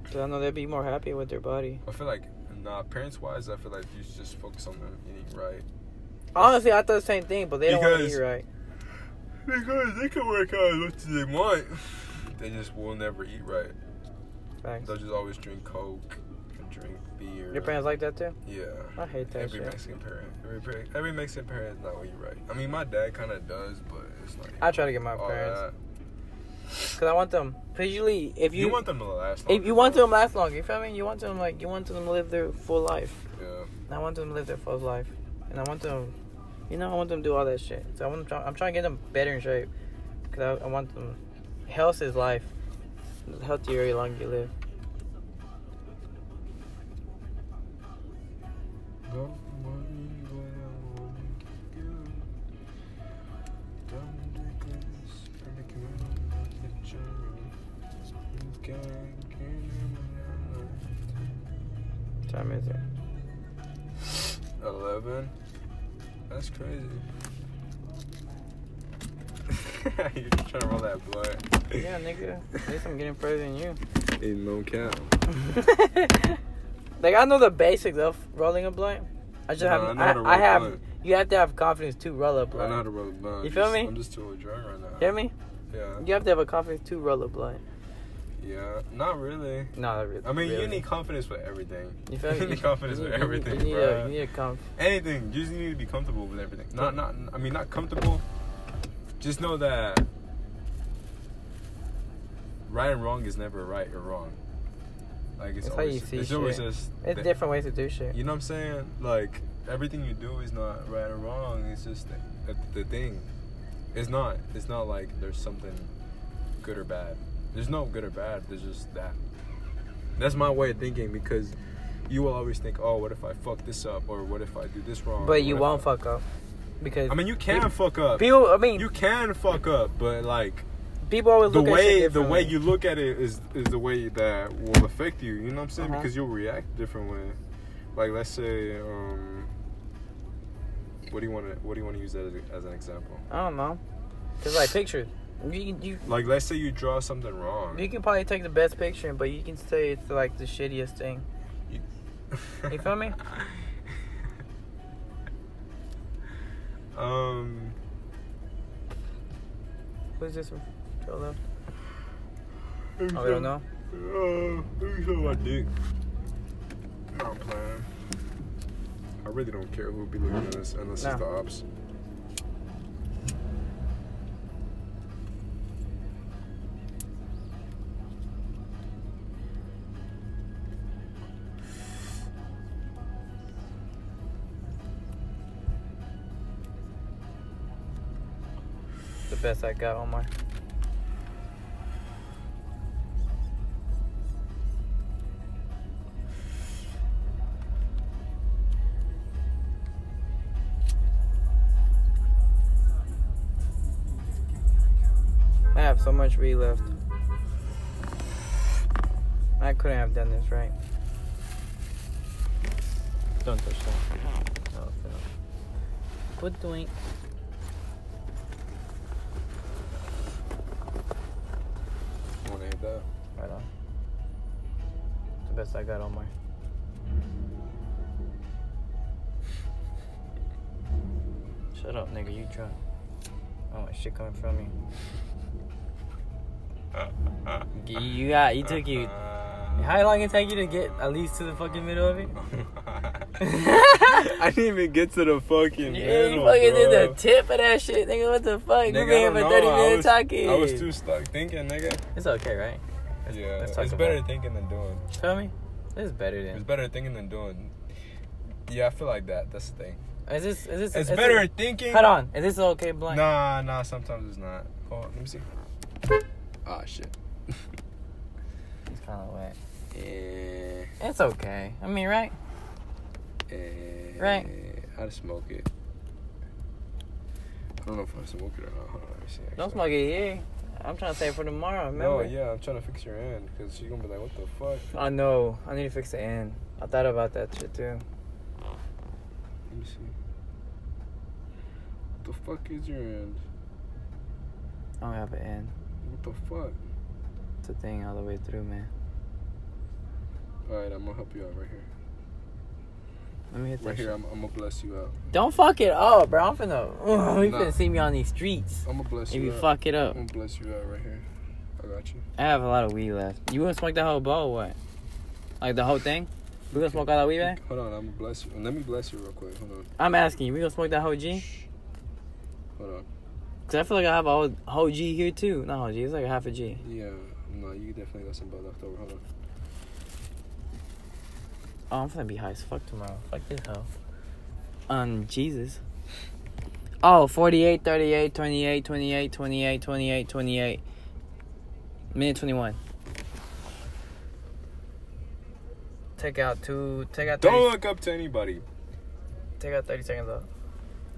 [SPEAKER 2] Cause I know they'd be more happy with their body.
[SPEAKER 1] I feel like nah, parents wise, I feel like you should just focus on them eating right
[SPEAKER 2] Honestly, I thought the same thing, but they don't want to
[SPEAKER 1] Because-
[SPEAKER 2] eat right.
[SPEAKER 1] because they can work out as much as they want. They just will never eat right.
[SPEAKER 2] Facts.
[SPEAKER 1] They'll just always drink Coke and drink beer.
[SPEAKER 2] Your parents like that too.
[SPEAKER 1] Yeah.
[SPEAKER 2] I hate that
[SPEAKER 1] every
[SPEAKER 2] shit.
[SPEAKER 1] Mexican parent. Every, par- every Mexican parent is not what you right. I mean, my dad kind of does, but it's not.
[SPEAKER 2] I try to get my
[SPEAKER 1] all
[SPEAKER 2] parents
[SPEAKER 1] that.
[SPEAKER 2] because I want them. Cause usually, if
[SPEAKER 1] You,
[SPEAKER 2] you,
[SPEAKER 1] want them to last.
[SPEAKER 2] if
[SPEAKER 1] longer,
[SPEAKER 2] you want
[SPEAKER 1] though.
[SPEAKER 2] them to last longer, you feel me? You want them like you want them to live their full life.
[SPEAKER 1] Yeah.
[SPEAKER 2] And I want them to live their full life, and I want them, you know, I want them to do all that shit. So I want them, I'm trying to get them better in shape, cause I, I want them. Health is life. The healthier, the longer you live.
[SPEAKER 1] Don't want me when I want you. Don't do this, I'm a criminal, I'm a general. You can't get in my life.
[SPEAKER 2] What time is it?
[SPEAKER 1] 11? That's crazy. You're trying to roll that blood.
[SPEAKER 2] Yeah, nigga. At least I'm getting further than you.
[SPEAKER 1] Ain't no count.
[SPEAKER 2] like I know the basics of rolling a blunt. I just
[SPEAKER 1] Nah, I
[SPEAKER 2] have.
[SPEAKER 1] know
[SPEAKER 2] I,
[SPEAKER 1] how to roll
[SPEAKER 2] I, have.
[SPEAKER 1] blunt.
[SPEAKER 2] You have to have confidence to roll
[SPEAKER 1] I
[SPEAKER 2] a
[SPEAKER 1] know how
[SPEAKER 2] blunt.
[SPEAKER 1] to roll a blunt.
[SPEAKER 2] You feel
[SPEAKER 1] Just-
[SPEAKER 2] me?
[SPEAKER 1] I'm just too drunk right now.
[SPEAKER 2] Hear me?
[SPEAKER 1] Yeah.
[SPEAKER 2] You have to have a confidence to roll a blunt.
[SPEAKER 1] Yeah. Not really.
[SPEAKER 2] No, really.
[SPEAKER 1] I mean,
[SPEAKER 2] really.
[SPEAKER 1] you need confidence for everything.
[SPEAKER 2] You feel me?
[SPEAKER 1] you need confidence
[SPEAKER 2] You
[SPEAKER 1] for
[SPEAKER 2] need- you need-
[SPEAKER 1] everything,
[SPEAKER 2] You need, a,
[SPEAKER 1] bruh.
[SPEAKER 2] you need a conf-
[SPEAKER 1] Anything. You just need to be comfortable with everything. Not, not. I mean, not comfortable. Just know that right and wrong is never right or wrong. Like it's
[SPEAKER 2] That's how you
[SPEAKER 1] always,
[SPEAKER 2] see
[SPEAKER 1] it's always
[SPEAKER 2] shit.
[SPEAKER 1] just
[SPEAKER 2] It's
[SPEAKER 1] the-
[SPEAKER 2] different ways to do shit.
[SPEAKER 1] You know what I'm saying? Like everything you do is not right or wrong. It's just the, the, the thing. It's not. It's not like there's something good or bad. There's no good or bad. There's just that. That's my way of thinking because you will always think, oh, what if I fuck this up or what if I do this wrong? or
[SPEAKER 2] but you
[SPEAKER 1] what if
[SPEAKER 2] won't
[SPEAKER 1] I-"
[SPEAKER 2] fuck up because
[SPEAKER 1] I mean, you can fuck up.
[SPEAKER 2] people. I mean,
[SPEAKER 1] You can fuck up, but like
[SPEAKER 2] people always
[SPEAKER 1] the
[SPEAKER 2] look at
[SPEAKER 1] way
[SPEAKER 2] shit
[SPEAKER 1] the way
[SPEAKER 2] differently.
[SPEAKER 1] you look at it is is the way that will affect you. You know what I'm saying?
[SPEAKER 2] Uh-huh.
[SPEAKER 1] Because you'll react different way. Like let's say, um, what do you want to what do you want to use that as, a- as an example?
[SPEAKER 2] I don't know. Cause like pictures, you you
[SPEAKER 1] Like let's say you draw something wrong.
[SPEAKER 2] you can probably take the best picture, but you can say it's like the shittiest thing. You feel me?
[SPEAKER 1] um,
[SPEAKER 2] Who's this one? Joe Love? Oh, we don't know.
[SPEAKER 1] Uh, let me show my dick. I'm playing. I really don't care who'll be looking at us unless
[SPEAKER 2] Nah.
[SPEAKER 1] it's the ops.
[SPEAKER 2] The best I got on my. I have so much weed left. I couldn't have done this right. Don't touch that. No, no. What doing?
[SPEAKER 1] Want to hit that?
[SPEAKER 2] Right on. The best I got on my. Shut up, nigga. You drunk. Oh, my shit coming from you. You, you got. You took you.
[SPEAKER 1] Uh,
[SPEAKER 2] How long it take you to get at least to the fucking middle of it?
[SPEAKER 1] I didn't even get to the fucking.
[SPEAKER 2] Yeah, you
[SPEAKER 1] middle,
[SPEAKER 2] fucking
[SPEAKER 1] bro.
[SPEAKER 2] did the tip of that shit, nigga. What the fuck? you
[SPEAKER 1] Nigga,
[SPEAKER 2] been
[SPEAKER 1] I
[SPEAKER 2] here
[SPEAKER 1] don't
[SPEAKER 2] for
[SPEAKER 1] know.
[SPEAKER 2] 30
[SPEAKER 1] I
[SPEAKER 2] minutes
[SPEAKER 1] was,
[SPEAKER 2] talking.
[SPEAKER 1] I was too stuck thinking, nigga.
[SPEAKER 2] It's okay, right? Let's-
[SPEAKER 1] yeah,
[SPEAKER 2] let's talk
[SPEAKER 1] it's
[SPEAKER 2] about
[SPEAKER 1] better
[SPEAKER 2] it.
[SPEAKER 1] thinking than doing.
[SPEAKER 2] Feel me? This is better
[SPEAKER 1] It's
[SPEAKER 2] than.
[SPEAKER 1] better thinking than doing. Yeah, I feel like that. That's the thing.
[SPEAKER 2] Is this? Is this?
[SPEAKER 1] It's
[SPEAKER 2] is
[SPEAKER 1] better
[SPEAKER 2] This,
[SPEAKER 1] thinking.
[SPEAKER 2] hold on. Is this okay, blank?
[SPEAKER 1] Nah, nah. Sometimes it's not. Hold on, let me see. Ah, shit.
[SPEAKER 2] It's kind of wet.
[SPEAKER 1] Eh,
[SPEAKER 2] It's okay. I mean, right?
[SPEAKER 1] eh,
[SPEAKER 2] Right.
[SPEAKER 1] I'd smoke it. I don't know if I smoke it or not. Hold on, let me see.
[SPEAKER 2] Don't
[SPEAKER 1] Actually.
[SPEAKER 2] smoke it here. I'm trying to save it for tomorrow.
[SPEAKER 1] No,
[SPEAKER 2] Remember?
[SPEAKER 1] yeah, I'm trying to fix your end because she's gonna be like, "What the fuck?"
[SPEAKER 2] I know. I need to fix the end. I thought about that shit too.
[SPEAKER 1] Let me see. What the fuck is your end?
[SPEAKER 2] I don't have an end.
[SPEAKER 1] What the fuck?
[SPEAKER 2] It's a thing all the way through, man.
[SPEAKER 1] All right, I'm gonna help you out right here.
[SPEAKER 2] Let me hit that.
[SPEAKER 1] Right
[SPEAKER 2] shit.
[SPEAKER 1] here, I'm, I'm gonna bless you out.
[SPEAKER 2] Don't fuck it up, bro. I'm finna. you
[SPEAKER 1] Nah.
[SPEAKER 2] finna see me on these streets.
[SPEAKER 1] I'm gonna bless
[SPEAKER 2] If
[SPEAKER 1] you
[SPEAKER 2] you
[SPEAKER 1] out.
[SPEAKER 2] fuck it
[SPEAKER 1] I'm
[SPEAKER 2] up,
[SPEAKER 1] gonna bless you out right here. I got you.
[SPEAKER 2] I have a lot of weed left. You wanna smoke the whole bowl or what? Like the whole thing? We gonna smoke all that weed back?
[SPEAKER 1] Hold on, I'm gonna bless you. Let me bless you real quick. Hold on.
[SPEAKER 2] I'm asking you. We gonna smoke that whole G?
[SPEAKER 1] Shh. Hold on.
[SPEAKER 2] Cause I feel like I have a whole, whole G here too. Not whole G. It's like a half a G.
[SPEAKER 1] Yeah, no, you definitely got some bud left over. Hold on.
[SPEAKER 2] Oh, I'm finna be high as fuck tomorrow. Fuck this hoe. Um, Jesus. Oh, 48, 38, 28, 28, 28, 28, 28. Minute 21. Take out two. Take out 30,
[SPEAKER 1] Don't look up to anybody.
[SPEAKER 2] Take out 30 seconds off.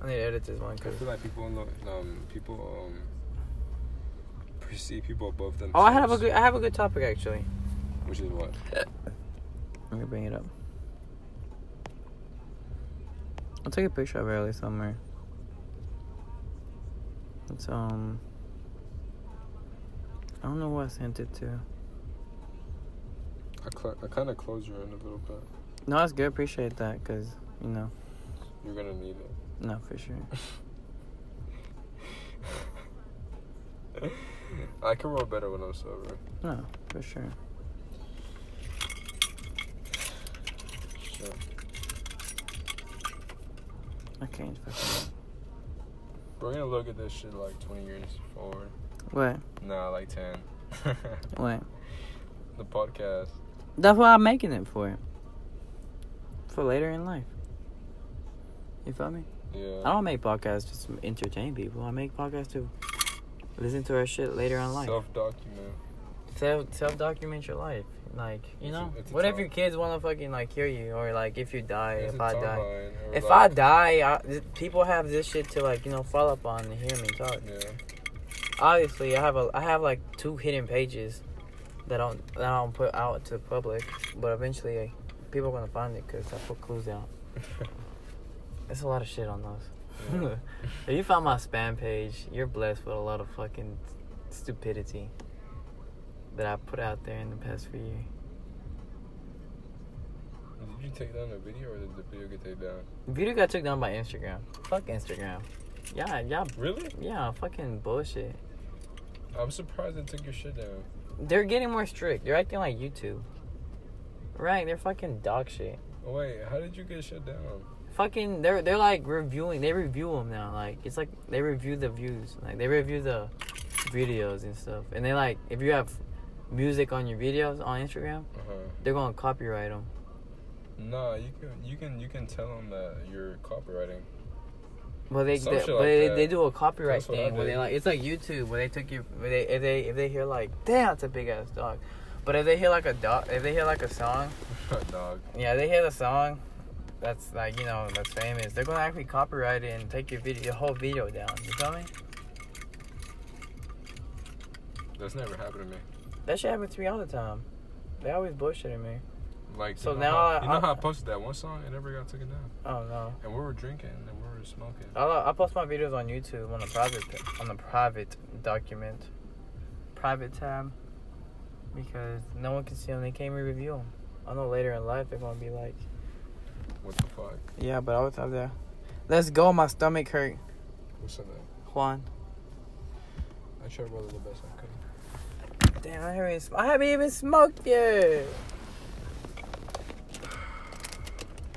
[SPEAKER 2] I need to edit this one.
[SPEAKER 1] I
[SPEAKER 2] Cause...
[SPEAKER 1] feel like people, look, um, people, um, perceive people above themselves.
[SPEAKER 2] Oh, I have a good. I have a good topic actually.
[SPEAKER 1] Which is what?
[SPEAKER 2] Let me bring it up. I'll take a picture of it early somewhere. It's um I don't know who I sent it to.
[SPEAKER 1] I, cl- I kind of closed your end a little bit.
[SPEAKER 2] No, that's good, appreciate that, cause you know,
[SPEAKER 1] You're gonna need it.
[SPEAKER 2] no for sure.
[SPEAKER 1] I can roll better when I'm sober.
[SPEAKER 2] No, for sure.
[SPEAKER 1] Sure.
[SPEAKER 2] I can't fucking
[SPEAKER 1] We're gonna look at this shit like 20 years forward.
[SPEAKER 2] What?
[SPEAKER 1] Nah, like 10.
[SPEAKER 2] What?
[SPEAKER 1] the podcast.
[SPEAKER 2] That's what I'm making it for. For later in life. You feel me? I
[SPEAKER 1] Yeah.
[SPEAKER 2] don't make podcasts just to entertain people. I make podcasts to listen to our shit later on life.
[SPEAKER 1] Self document.
[SPEAKER 2] Self self document your life. Like, you
[SPEAKER 1] It's a-
[SPEAKER 2] know?
[SPEAKER 1] it's a
[SPEAKER 2] what if
[SPEAKER 1] talk.
[SPEAKER 2] your kids wanna fucking like hear you or like if you die, if I die. If I
[SPEAKER 1] like,
[SPEAKER 2] die, I, th- people have this shit to like, you know, follow up on and hear me talk.
[SPEAKER 1] Yeah.
[SPEAKER 2] Obviously, I have a I have like two hidden pages that I don't that I don't put out to the public, but eventually like, people are gonna find it because I put clues out. It's a lot of shit on those.
[SPEAKER 1] Yeah.
[SPEAKER 2] if you found my spam page, you're blessed with a lot of fucking stupidity that I put out there in the past few years.
[SPEAKER 1] Did you take down the video or did the video get taken down?
[SPEAKER 2] Video got took down by Instagram. Fuck Instagram. Yeah, yeah,
[SPEAKER 1] Really?
[SPEAKER 2] yeah. Fucking bullshit.
[SPEAKER 1] I'm surprised they took your shit down.
[SPEAKER 2] They're getting more strict. They're acting like YouTube. Right? They're fucking dog shit.
[SPEAKER 1] Oh, wait, how did you get shut down?
[SPEAKER 2] Fucking, they're they're like reviewing. They review them now. Like it's like they review the views. Like they review the videos and stuff. And they like if you have music on your videos on Instagram,
[SPEAKER 1] Uh huh.
[SPEAKER 2] they're gonna copyright them.
[SPEAKER 1] Nah, you can you can you can tell them that you're copywriting.
[SPEAKER 2] But they,
[SPEAKER 1] Some
[SPEAKER 2] they
[SPEAKER 1] shit
[SPEAKER 2] but
[SPEAKER 1] like
[SPEAKER 2] they,
[SPEAKER 1] that.
[SPEAKER 2] they do a copyright
[SPEAKER 1] That's what I
[SPEAKER 2] thing where
[SPEAKER 1] did.
[SPEAKER 2] they like it's like YouTube where they took your where they if they if they hear like damn that's a big ass dog, but if they hear like a dog if they hear like a song
[SPEAKER 1] Dog.
[SPEAKER 2] Yeah, they hear the song that's like, you know, that's famous. They're gonna actually copyright it and take your video your whole video down. You feel me?
[SPEAKER 1] That's never happened to me.
[SPEAKER 2] That shit happens to me all the time. They always bullshitting me.
[SPEAKER 1] Like
[SPEAKER 2] So
[SPEAKER 1] you know
[SPEAKER 2] now
[SPEAKER 1] how-
[SPEAKER 2] I-
[SPEAKER 1] you know
[SPEAKER 2] I-
[SPEAKER 1] how I posted that one song, it never got taken down.
[SPEAKER 2] Oh no.
[SPEAKER 1] And we were drinking and we were smoking.
[SPEAKER 2] I'll I post my videos on YouTube on the private on the private document. Private tab. Because no one can see them, they can't even review them. I know later in life they're gonna be like,
[SPEAKER 1] What the fuck?
[SPEAKER 2] yeah, but I was out there. Let's go. My stomach hurt,
[SPEAKER 1] What's in that?
[SPEAKER 2] Juan.
[SPEAKER 1] I tried to roll it the best I could.
[SPEAKER 2] damn, I haven't, sm- I haven't even smoked yet.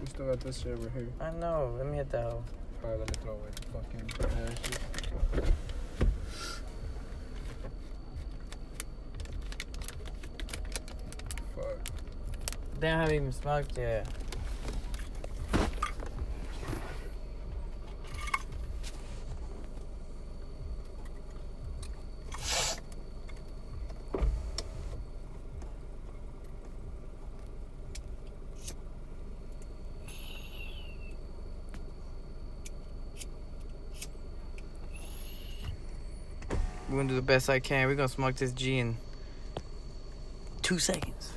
[SPEAKER 1] We still got this shit over here.
[SPEAKER 2] I know. Let me hit that hoe.
[SPEAKER 1] Alright, let me throw away the fucking ashes. Fuck.
[SPEAKER 2] Damn, I haven't even smoked yet. We're gonna do the best I can. We're gonna smoke this G in two seconds.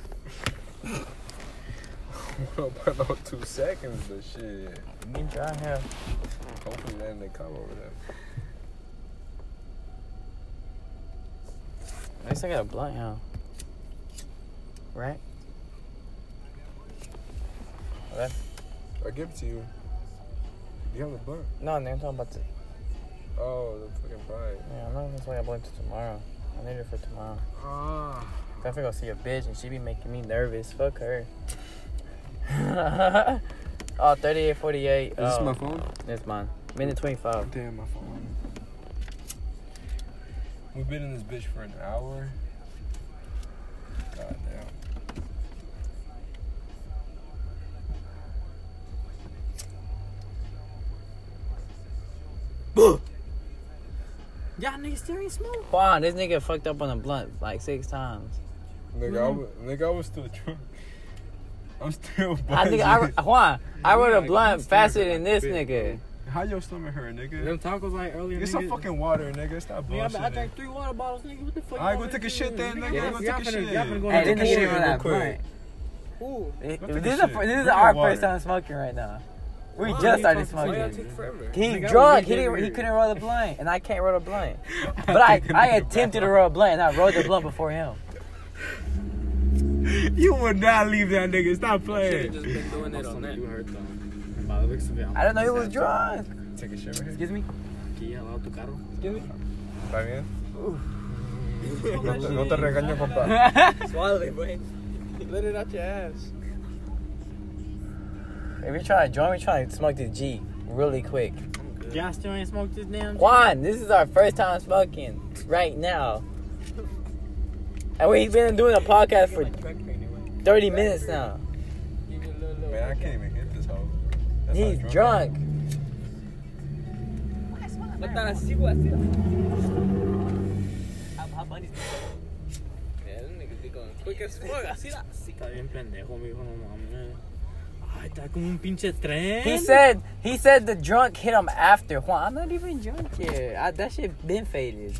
[SPEAKER 1] Well, by about two seconds, but shit.
[SPEAKER 2] Get your here.
[SPEAKER 1] Hopefully, then they come over there.
[SPEAKER 2] At least I got a blunt, huh? Right? Left?
[SPEAKER 1] I give it to you. Do you have a blunt?
[SPEAKER 2] No, no, I'm talking about the.
[SPEAKER 1] Oh, the fucking bite.
[SPEAKER 2] Yeah, I'm not gonna smoke a blunt till tomorrow. I need it for tomorrow.
[SPEAKER 1] Ah.
[SPEAKER 2] i I'm finna go see a bitch and she be making me nervous. Fuck her. oh, 38, 48.
[SPEAKER 1] Is this
[SPEAKER 2] oh,
[SPEAKER 1] my phone?
[SPEAKER 2] That's mine. Minute 25.
[SPEAKER 1] Damn, my phone. We've been in this bitch for an hour. God damn.
[SPEAKER 2] Y'all niggas still ain't smoke? Juan, this nigga fucked up on a blunt like six times.
[SPEAKER 1] Nigga, I was, nigga, I was still drunk. I'm still
[SPEAKER 2] I
[SPEAKER 1] buzzing.
[SPEAKER 2] think I, Juan, I
[SPEAKER 3] Yeah,
[SPEAKER 2] rolled a
[SPEAKER 3] like,
[SPEAKER 2] blunt
[SPEAKER 3] you still
[SPEAKER 2] faster
[SPEAKER 3] hurt
[SPEAKER 2] than
[SPEAKER 3] like
[SPEAKER 2] this
[SPEAKER 3] a bitch,
[SPEAKER 2] nigga.
[SPEAKER 1] How your stomach hurt,
[SPEAKER 3] Them
[SPEAKER 1] nigga?
[SPEAKER 3] tacos like earlier.
[SPEAKER 1] Get some
[SPEAKER 3] nigga. Oh,
[SPEAKER 1] fucking water, nigga. Stop
[SPEAKER 3] Nigga, I
[SPEAKER 1] bullshitting.
[SPEAKER 3] been- I drank three water bottles, nigga. What the fuck?
[SPEAKER 1] Alright,
[SPEAKER 3] you
[SPEAKER 1] go
[SPEAKER 3] want
[SPEAKER 1] take a
[SPEAKER 3] me to
[SPEAKER 1] shit
[SPEAKER 3] do?
[SPEAKER 1] then, nigga.
[SPEAKER 3] Y'all
[SPEAKER 1] Go
[SPEAKER 3] finna-
[SPEAKER 1] take a shit.
[SPEAKER 3] Y'all finna go
[SPEAKER 2] Hey,
[SPEAKER 3] take
[SPEAKER 2] this
[SPEAKER 3] a
[SPEAKER 2] nigga
[SPEAKER 3] shit
[SPEAKER 2] didn't run
[SPEAKER 3] real
[SPEAKER 2] out
[SPEAKER 3] quick.
[SPEAKER 2] blunt.
[SPEAKER 3] Ooh.
[SPEAKER 2] This
[SPEAKER 1] Look at
[SPEAKER 2] this
[SPEAKER 1] this
[SPEAKER 2] is, a,
[SPEAKER 1] shit.
[SPEAKER 2] this is
[SPEAKER 1] Look at
[SPEAKER 2] our
[SPEAKER 1] water.
[SPEAKER 2] first time smoking right now. We
[SPEAKER 3] Why
[SPEAKER 2] just
[SPEAKER 3] you
[SPEAKER 2] started
[SPEAKER 3] talking- why y'all
[SPEAKER 2] smoking.
[SPEAKER 3] take forever?
[SPEAKER 2] He
[SPEAKER 3] Nigga, I
[SPEAKER 2] drunk.
[SPEAKER 3] was
[SPEAKER 2] He didn't.
[SPEAKER 3] here.
[SPEAKER 2] He couldn't roll a blunt, and I can't roll a blunt. But I, I attempted to roll a blunt, and I rolled the blunt before him.
[SPEAKER 1] You would not leave that nigga. Stop
[SPEAKER 3] Should've
[SPEAKER 1] playing.
[SPEAKER 3] just been doing that on that. You heard though. By the looks of it, I'm
[SPEAKER 2] I didn't know he
[SPEAKER 3] just
[SPEAKER 2] was
[SPEAKER 3] happy.
[SPEAKER 2] drunk.
[SPEAKER 1] Take a shit right here.
[SPEAKER 2] Excuse me.
[SPEAKER 3] Aquí al lado de tu carro.
[SPEAKER 2] Excuse me.
[SPEAKER 1] Está bien? No te, no te regaño, compa.
[SPEAKER 3] Suave, boy. Let it out your ass.
[SPEAKER 2] If you're trying to join, we're trying to smoke this G really quick.
[SPEAKER 3] Y'all still ain't smoked this damn.
[SPEAKER 2] Juan, this is our first time smoking right now, and we've been doing a podcast for 30 minutes now.
[SPEAKER 1] Man, I can't even hit this hoe. That's how
[SPEAKER 2] He's drunk.
[SPEAKER 3] Está bien pendejo, mijo, no mames. Ay, está como un pinche tren.
[SPEAKER 2] He said he said the drunk hit him after. Juan, I'm not even drunk yet. I, that shit been faded.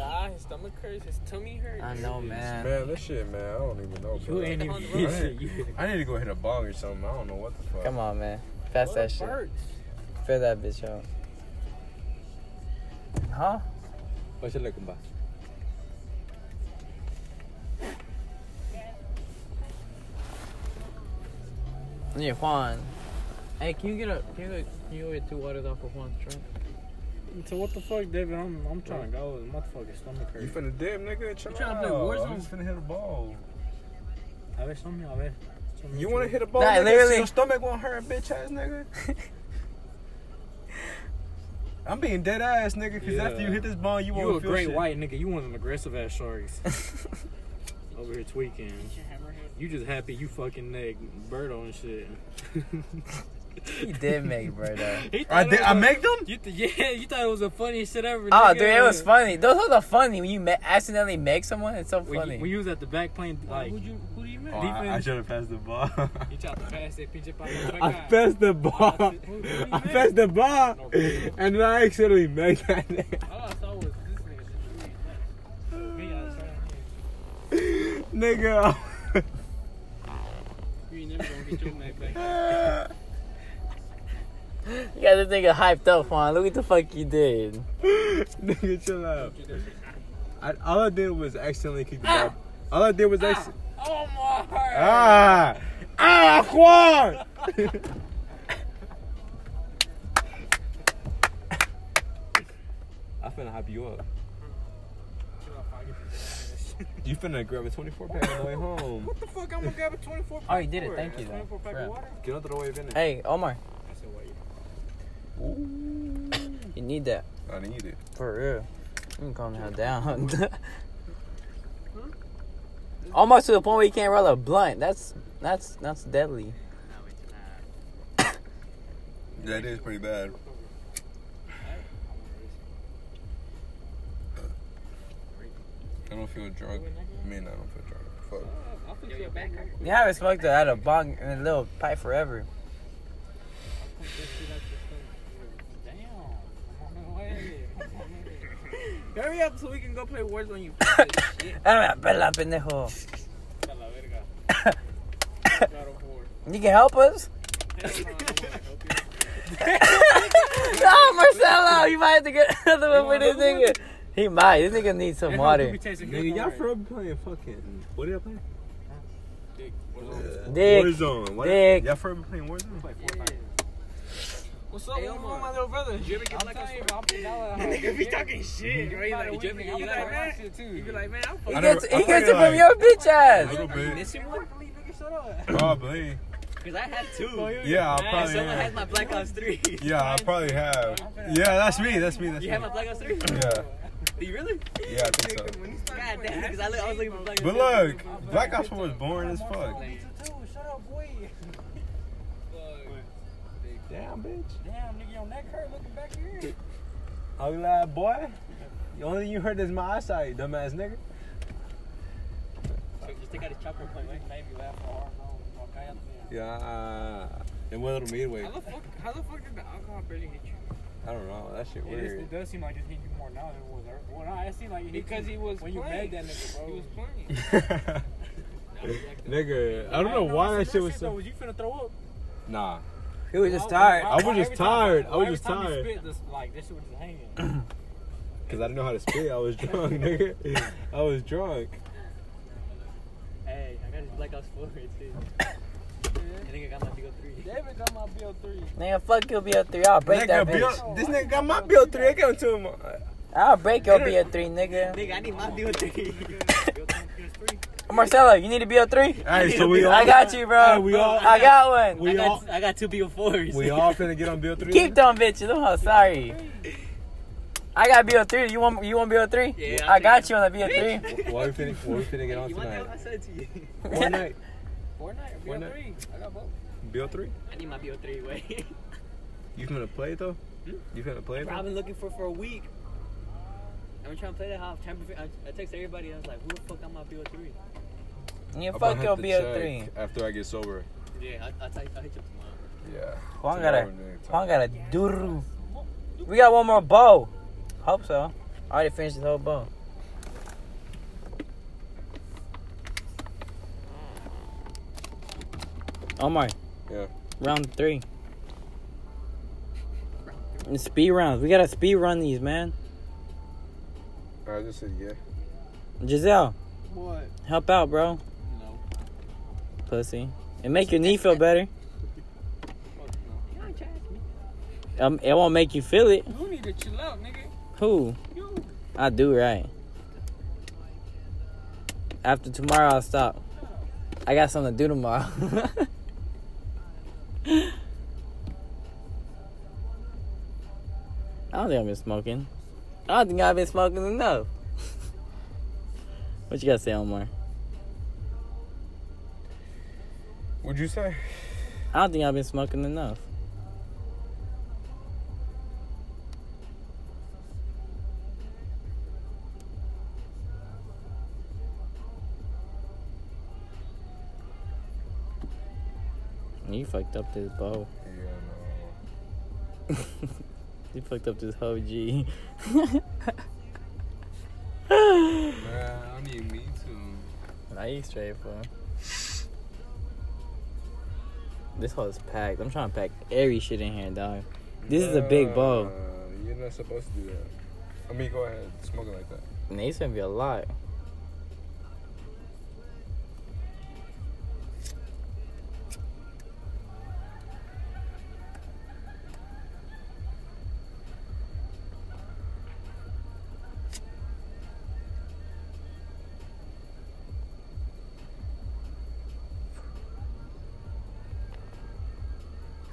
[SPEAKER 4] Ah, his stomach hurts, his tummy hurts.
[SPEAKER 2] I know, man.
[SPEAKER 1] Man, this shit, man, I don't even know.
[SPEAKER 3] You
[SPEAKER 1] bro.
[SPEAKER 3] ain't even
[SPEAKER 1] I
[SPEAKER 3] shit.
[SPEAKER 1] need,
[SPEAKER 3] you-
[SPEAKER 1] I need to go hit a bong or something. I don't know what the fuck.
[SPEAKER 2] Come on, man. Pass that shit. Fill that bitch up. Huh?
[SPEAKER 3] Pásale, compa.
[SPEAKER 2] Yeah, Juan. Hey, can you get a can you get, can you get two waters off of Juan's drink?
[SPEAKER 3] So what the fuck, David? I'm I'm trying to go. The motherfucking stomach
[SPEAKER 1] You
[SPEAKER 3] hurt.
[SPEAKER 1] finna dip, nigga? Chill
[SPEAKER 3] You tryna
[SPEAKER 1] out.
[SPEAKER 3] play Warzone?
[SPEAKER 1] I'm just finna hit a ball.
[SPEAKER 3] A ver, some, a ver. Some-
[SPEAKER 1] You wanna hit a ball?
[SPEAKER 2] Nah,
[SPEAKER 1] nigga?
[SPEAKER 2] literally-
[SPEAKER 1] So your stomach won't hurt, bitch ass nigga. I'm being dead ass, nigga, because
[SPEAKER 3] Yeah.
[SPEAKER 1] after you hit this ball, you,
[SPEAKER 3] You,
[SPEAKER 1] won't
[SPEAKER 3] a
[SPEAKER 1] feel
[SPEAKER 3] great
[SPEAKER 1] shit.
[SPEAKER 3] white nigga. You one of them aggressive ass sharks. Over here tweaking. You just happy you fucking neck Birdo and shit.
[SPEAKER 2] He did make bro though.
[SPEAKER 3] He thought
[SPEAKER 1] I,
[SPEAKER 3] it
[SPEAKER 1] did, I
[SPEAKER 3] was-
[SPEAKER 1] make them?
[SPEAKER 3] You th- yeah, you thought it was the funniest shit ever.
[SPEAKER 2] Oh,
[SPEAKER 3] nigga.
[SPEAKER 2] dude, it was funny. Those are the funny when you ma- accidentally make someone. It's so
[SPEAKER 3] When you,
[SPEAKER 2] funny.
[SPEAKER 3] when you was at the back playing, like, who you, who do you mean? Defense.
[SPEAKER 1] have passed the ball.
[SPEAKER 3] You tried to pass that pinche pa'
[SPEAKER 5] I passed the bar. I passed the bar, and then I accidentally made that.
[SPEAKER 3] All I saw was this nigga. just Me, I was trying to-
[SPEAKER 5] Nigga.
[SPEAKER 3] You ain't never gonna get your neck back.
[SPEAKER 2] you got this nigga hyped up, Juan. Look what the fuck you did.
[SPEAKER 5] Nigga, chill out. I, all I did was accidentally kick the ball. All I did was accidentally.
[SPEAKER 3] Oh my heart!
[SPEAKER 5] Ah! Ah, Juan! I'm finna hype you up. You finna grab a 24 pack on the way home.
[SPEAKER 3] What the fuck? I'm gonna grab a 24 pack.
[SPEAKER 2] Oh, he did it.
[SPEAKER 3] for?
[SPEAKER 2] Thank
[SPEAKER 3] A
[SPEAKER 2] you, though.
[SPEAKER 3] 24 pack
[SPEAKER 2] Crap.
[SPEAKER 3] of water.
[SPEAKER 5] Get out the way, Vinny.
[SPEAKER 2] Hey, Omar,
[SPEAKER 3] I said, wait.
[SPEAKER 2] you need that
[SPEAKER 1] I need it.
[SPEAKER 2] for real. You can calm him down. Almost to the point where you can't roll a blunt. That's that's that's deadly.
[SPEAKER 1] That is pretty bad. I don't feel drunk. I mean, I don't feel drunk. Fuck.
[SPEAKER 3] I'll fix your back up.
[SPEAKER 2] You haven't smoked out of bong and a little pipe forever.
[SPEAKER 3] Damn. Wait. Hurry up so we can go play Warzone. You shit.
[SPEAKER 2] Ah, pela, pendejo.
[SPEAKER 3] A la verga. God of War.
[SPEAKER 2] You can help us?
[SPEAKER 3] Hey, Mom, I wanna help you.
[SPEAKER 2] no, Marcelo, you might have to get another
[SPEAKER 3] You
[SPEAKER 2] one
[SPEAKER 3] want
[SPEAKER 2] for this
[SPEAKER 3] another one?
[SPEAKER 2] nigga. He might. This nigga needs some
[SPEAKER 3] Hey,
[SPEAKER 2] water.
[SPEAKER 3] we tasting good,
[SPEAKER 5] Nigga, y'all
[SPEAKER 3] alright.
[SPEAKER 5] for real be playing fucking. What did I play?
[SPEAKER 3] Dick, Warzone.
[SPEAKER 2] Dick.
[SPEAKER 5] Warzone. What
[SPEAKER 2] Dick.
[SPEAKER 5] Y'all for real be playing Warzone?
[SPEAKER 3] Yeah. What's up,
[SPEAKER 4] Hey,
[SPEAKER 3] Omar?
[SPEAKER 4] Omar.
[SPEAKER 3] my little brother? Did you ever
[SPEAKER 4] I'm
[SPEAKER 3] get like
[SPEAKER 4] telling you,
[SPEAKER 3] a
[SPEAKER 4] I'll be down with
[SPEAKER 3] Nigga be
[SPEAKER 4] her.
[SPEAKER 3] talking shit, bro. He like,
[SPEAKER 4] Did
[SPEAKER 3] you
[SPEAKER 4] you
[SPEAKER 3] ever
[SPEAKER 4] ever
[SPEAKER 3] get
[SPEAKER 4] get
[SPEAKER 3] like
[SPEAKER 4] like
[SPEAKER 3] that?
[SPEAKER 4] that?
[SPEAKER 3] You be like, man, I'm
[SPEAKER 2] He
[SPEAKER 3] fucking
[SPEAKER 1] I never-
[SPEAKER 2] gets, he
[SPEAKER 1] I
[SPEAKER 2] gets it from
[SPEAKER 1] like-
[SPEAKER 2] your bitch
[SPEAKER 1] A
[SPEAKER 2] ass.
[SPEAKER 1] little bit.
[SPEAKER 3] missing one. Nigga, shut up.
[SPEAKER 1] Probably.
[SPEAKER 4] Because I had two.
[SPEAKER 1] Yeah, I
[SPEAKER 4] Man,
[SPEAKER 1] probably
[SPEAKER 4] someone
[SPEAKER 1] have.
[SPEAKER 4] has my Black Ops 3.
[SPEAKER 1] Yeah, I probably have. Yeah, that's me. That's me. That's
[SPEAKER 4] You
[SPEAKER 1] me.
[SPEAKER 4] have my Black Ops 3?
[SPEAKER 1] Yeah.
[SPEAKER 4] Do you really?
[SPEAKER 1] Yeah, I think so.
[SPEAKER 4] God damn, because I, look, I was looking for Black
[SPEAKER 1] But
[SPEAKER 4] Ops
[SPEAKER 1] look, Black Ops 1 was boring as fuck.
[SPEAKER 3] Shut up, boy.
[SPEAKER 5] Damn, bitch.
[SPEAKER 3] Damn, nigga, your neck hurt looking back here.
[SPEAKER 5] Ugly lad boy. The only thing you heard is my eyesight, dumbass nigga.
[SPEAKER 4] Just take out his chopper and play with
[SPEAKER 3] Made me laugh for hard,
[SPEAKER 5] Yeah.
[SPEAKER 1] uh,
[SPEAKER 5] And what little midway?
[SPEAKER 4] How the fuck, how the fuck did the alcohol barely hit you?
[SPEAKER 5] I don't know. That shit
[SPEAKER 3] It, is, it
[SPEAKER 5] weird.
[SPEAKER 3] does seem like it's hitting you more now than it was earlier. Well, nah, it seemed like it hit
[SPEAKER 4] Because
[SPEAKER 3] you
[SPEAKER 4] he was
[SPEAKER 3] when you made
[SPEAKER 4] playing.
[SPEAKER 3] that nigga, bro.
[SPEAKER 4] He was playing.
[SPEAKER 5] Nigga, I don't know
[SPEAKER 3] Nah,
[SPEAKER 5] why
[SPEAKER 3] some
[SPEAKER 5] that
[SPEAKER 3] real
[SPEAKER 5] shit was
[SPEAKER 3] though,
[SPEAKER 5] so.
[SPEAKER 3] Was you finna throw up?
[SPEAKER 5] Nah.
[SPEAKER 2] He was just
[SPEAKER 3] Why-
[SPEAKER 2] tired.
[SPEAKER 5] I was
[SPEAKER 3] why
[SPEAKER 5] just
[SPEAKER 3] every time-
[SPEAKER 5] tired. I
[SPEAKER 3] why
[SPEAKER 5] was
[SPEAKER 3] every
[SPEAKER 5] just
[SPEAKER 3] time you
[SPEAKER 5] tired.
[SPEAKER 3] Spit, this, like this shit was just hanging.
[SPEAKER 5] Cause I didn't know how to spit. I was drunk, nigga. I was drunk.
[SPEAKER 4] Hey, I got his Black Ops 4 right there. I think I got my Big Old 3.
[SPEAKER 3] David got my BO3.
[SPEAKER 2] Nigga, fuck your BO3. I'll break that
[SPEAKER 5] Nigga,
[SPEAKER 2] bitch.
[SPEAKER 5] Bill- this nigga got my bill three. I gave it to him.
[SPEAKER 2] I'll break your BO3, nigga.
[SPEAKER 4] Nigga, I need my Big Old 3.
[SPEAKER 2] Marcelo, you need a BO3?
[SPEAKER 5] Hey, so we all.
[SPEAKER 2] I got you, bro.
[SPEAKER 5] Hey, we all-
[SPEAKER 2] I got one.
[SPEAKER 5] We
[SPEAKER 4] I got,
[SPEAKER 5] all.
[SPEAKER 4] I got two Big Old 4s.
[SPEAKER 5] We all finna get on bill three.
[SPEAKER 2] Keep them bitches. I'm all sorry. I got BO3. You want you want BO3?
[SPEAKER 4] Yeah,
[SPEAKER 2] I
[SPEAKER 4] I'll
[SPEAKER 2] got
[SPEAKER 4] take
[SPEAKER 2] you on the BO3.
[SPEAKER 5] What we finna? What we finna get on
[SPEAKER 4] You want that?
[SPEAKER 5] tonight?
[SPEAKER 4] I said to you.
[SPEAKER 5] One night.
[SPEAKER 4] Fortnite or
[SPEAKER 5] Why not?
[SPEAKER 4] BO3? I got both.
[SPEAKER 5] Bill three.
[SPEAKER 4] I need my Big Old 3 way.
[SPEAKER 5] You finna play it though?
[SPEAKER 4] Hmm?
[SPEAKER 5] You finna play it?
[SPEAKER 4] I've been looking for for a week. I've been trying to play that half. Trying to, figure- I, I text everybody. I was like, "Who the fuck got my BO three?
[SPEAKER 2] You
[SPEAKER 5] I'm gonna
[SPEAKER 2] fuck
[SPEAKER 5] have
[SPEAKER 2] your
[SPEAKER 5] to
[SPEAKER 2] BO3.
[SPEAKER 5] check After I get sober.
[SPEAKER 4] Yeah, I, I text. I hit you tomorrow.
[SPEAKER 1] Yeah.
[SPEAKER 2] Juan got
[SPEAKER 1] Tomorrow
[SPEAKER 2] a
[SPEAKER 1] night.
[SPEAKER 2] Juan got a duru. We got one more bow. Hope so. I already finished the whole bow. Omar.
[SPEAKER 1] Yeah.
[SPEAKER 2] Round three. And speed rounds. We gotta speed run these, man.
[SPEAKER 1] I just said yeah.
[SPEAKER 2] Giselle,
[SPEAKER 3] What?
[SPEAKER 2] help out, bro.
[SPEAKER 3] No.
[SPEAKER 2] Pussy. It make your knee feel better.
[SPEAKER 3] Fuck no.
[SPEAKER 4] You ain't trash, man.
[SPEAKER 2] Um, it won't make you feel it.
[SPEAKER 3] You need to chill out, nigga.
[SPEAKER 2] Who?
[SPEAKER 3] You.
[SPEAKER 2] I do right. After tomorrow, I'll stop. I got something to do tomorrow. I don't think I've been smoking. I don't think I've been smoking enough. what you gotta say, Omar?
[SPEAKER 1] What'd you say?
[SPEAKER 2] I don't think I've been smoking enough. You fucked up this bow.
[SPEAKER 1] Yeah, no.
[SPEAKER 2] You fucked up this whole G.
[SPEAKER 5] Man, I need me too.
[SPEAKER 2] Nah, you straight, fool. This hole is packed. I'm trying to pack every shit in here, dog. This is a big bow.
[SPEAKER 1] Nah, Uh, You're not supposed to do that. I mean, go ahead. Smoke it like that.
[SPEAKER 2] And it's gonna be a lot.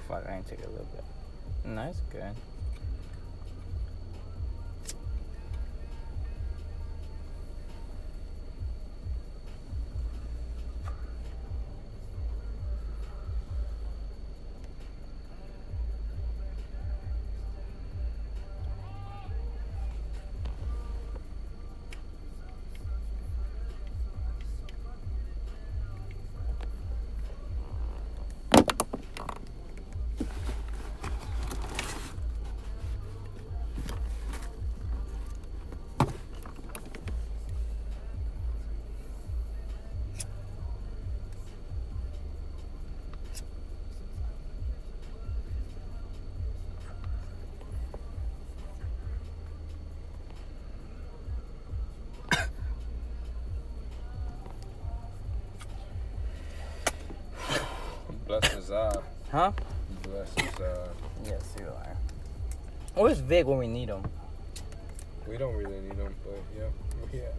[SPEAKER 2] fuck, I didn't take a little bit. Nice, good.
[SPEAKER 1] Bless his eye.
[SPEAKER 2] Huh?
[SPEAKER 1] Bless his eye.
[SPEAKER 2] Yes, you are. Where's Vic when we need him?
[SPEAKER 1] We don't really need him, but yeah. Yeah.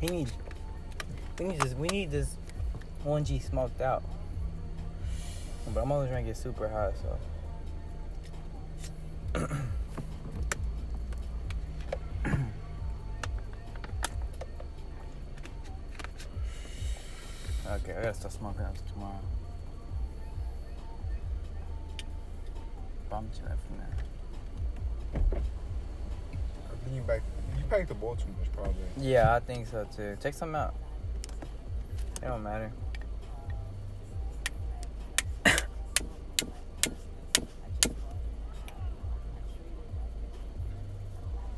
[SPEAKER 2] He needs. We need this. We need this. One G smoked out. But I'm only trying to get super high, so. okay, I gotta start smoking after tomorrow. Bump to that from there.
[SPEAKER 1] I think you back you packed the ball too much probably.
[SPEAKER 2] Yeah, I think so too. Take some out. It don't matter.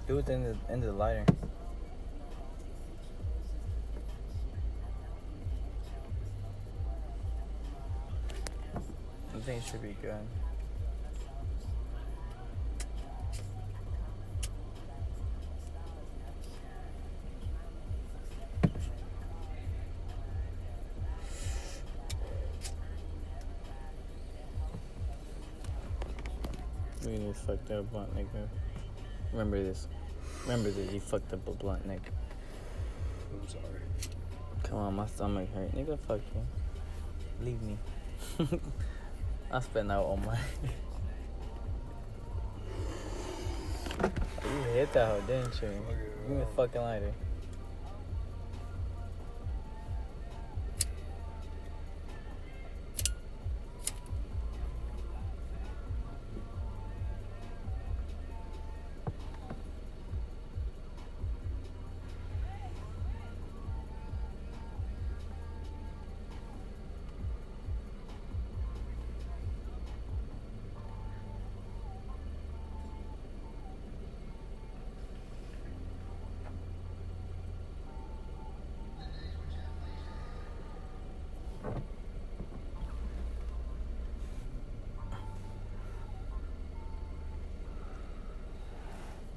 [SPEAKER 2] Do it in the end of the lighter. I think it should be good. We just fucked up blunt, nigga. Remember this. Remember this. You fucked up a blunt, nigga.
[SPEAKER 1] I'm sorry.
[SPEAKER 2] Come on, my stomach hurt. Nigga, fuck you. Leave me. I spent out all my. you hit that hoe, didn't you?
[SPEAKER 1] Fuck it,
[SPEAKER 2] Give me a
[SPEAKER 1] um,
[SPEAKER 2] fucking lighter.